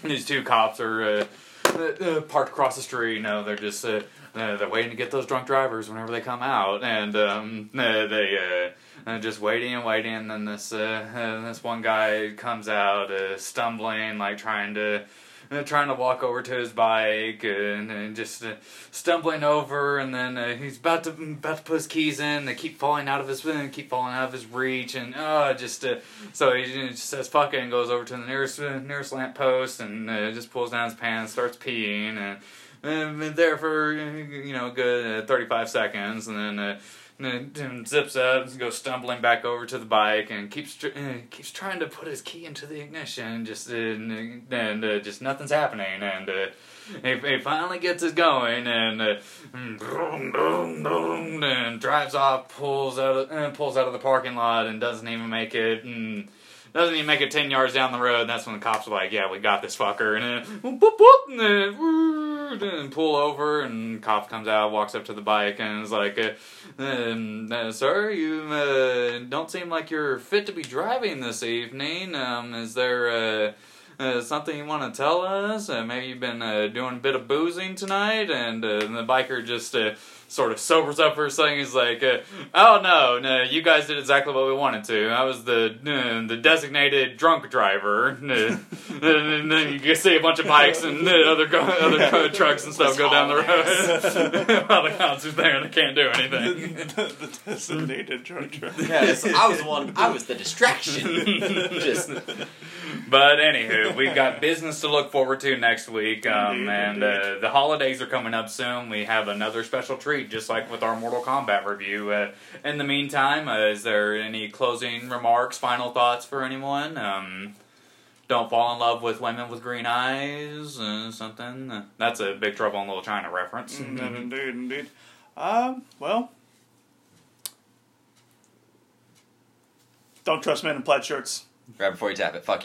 A: these two cops are uh, uh, uh, parked across the street. You know, they're just uh, uh, they're waiting to get those drunk drivers whenever they come out, and um, uh, they uh, uh, just waiting and waiting. And then this uh, uh, this one guy comes out uh, stumbling, like trying to. Uh, trying to walk over to his bike and, and just uh, stumbling over, and then uh, he's about to about to put his keys in. They keep falling out of his uh, keep falling out of his reach, and uh, just uh, so he just says "fuck it" and goes over to the nearest uh, nearest lamp post and uh, just pulls down his pants, starts peeing, and, and been there for you know a good uh, thirty five seconds, and then. Uh, and then zips up, goes stumbling back over to the bike, and keeps tr- uh, keeps trying to put his key into the ignition. Just uh, and, and uh, just nothing's happening, and uh, he, he finally gets it going, and uh, vroom, vroom, vroom, and drives off, pulls out of, uh, pulls out of the parking lot, and doesn't even make it. And, doesn't even make it ten yards down the road. And that's when the cops are like, "Yeah, we got this fucker," and then boop boop, and then woo, and pull over, and cop comes out, walks up to the bike, and is like, uh, um, uh, "Sir, you uh, don't seem like you're fit to be driving this evening. Um, is there?" Uh, uh, something you want to tell us? Uh, maybe you've been uh, doing a bit of boozing tonight, and, uh, the biker just uh, sort of sobers up for a second. He's like, uh, "Oh no, no, you guys did exactly what we wanted to. I was the uh, the designated drunk driver." Uh, and then you can see a bunch of bikes and uh, other go- other co- trucks and stuff go down the road while the cops are there and they can't do anything.
D: the, the designated drug driver.
B: Yes, I was the one. I was the distraction. Just
A: But anywho, we've got business to look forward to next week, um,
D: Indeed,
A: and Uh, the holidays are coming up soon. We have another special treat, just like with our Mortal Kombat review. Uh, in the meantime, uh, is there any closing remarks, final thoughts for anyone? Um, don't fall in love with women with green eyes, uh, something. Uh, That's a Big Trouble in Little China reference.
E: Mm-hmm.
D: indeed, indeed, indeed. Um, well,
E: Don't trust men in plaid shirts.
C: Right before you tap it. Fuck you.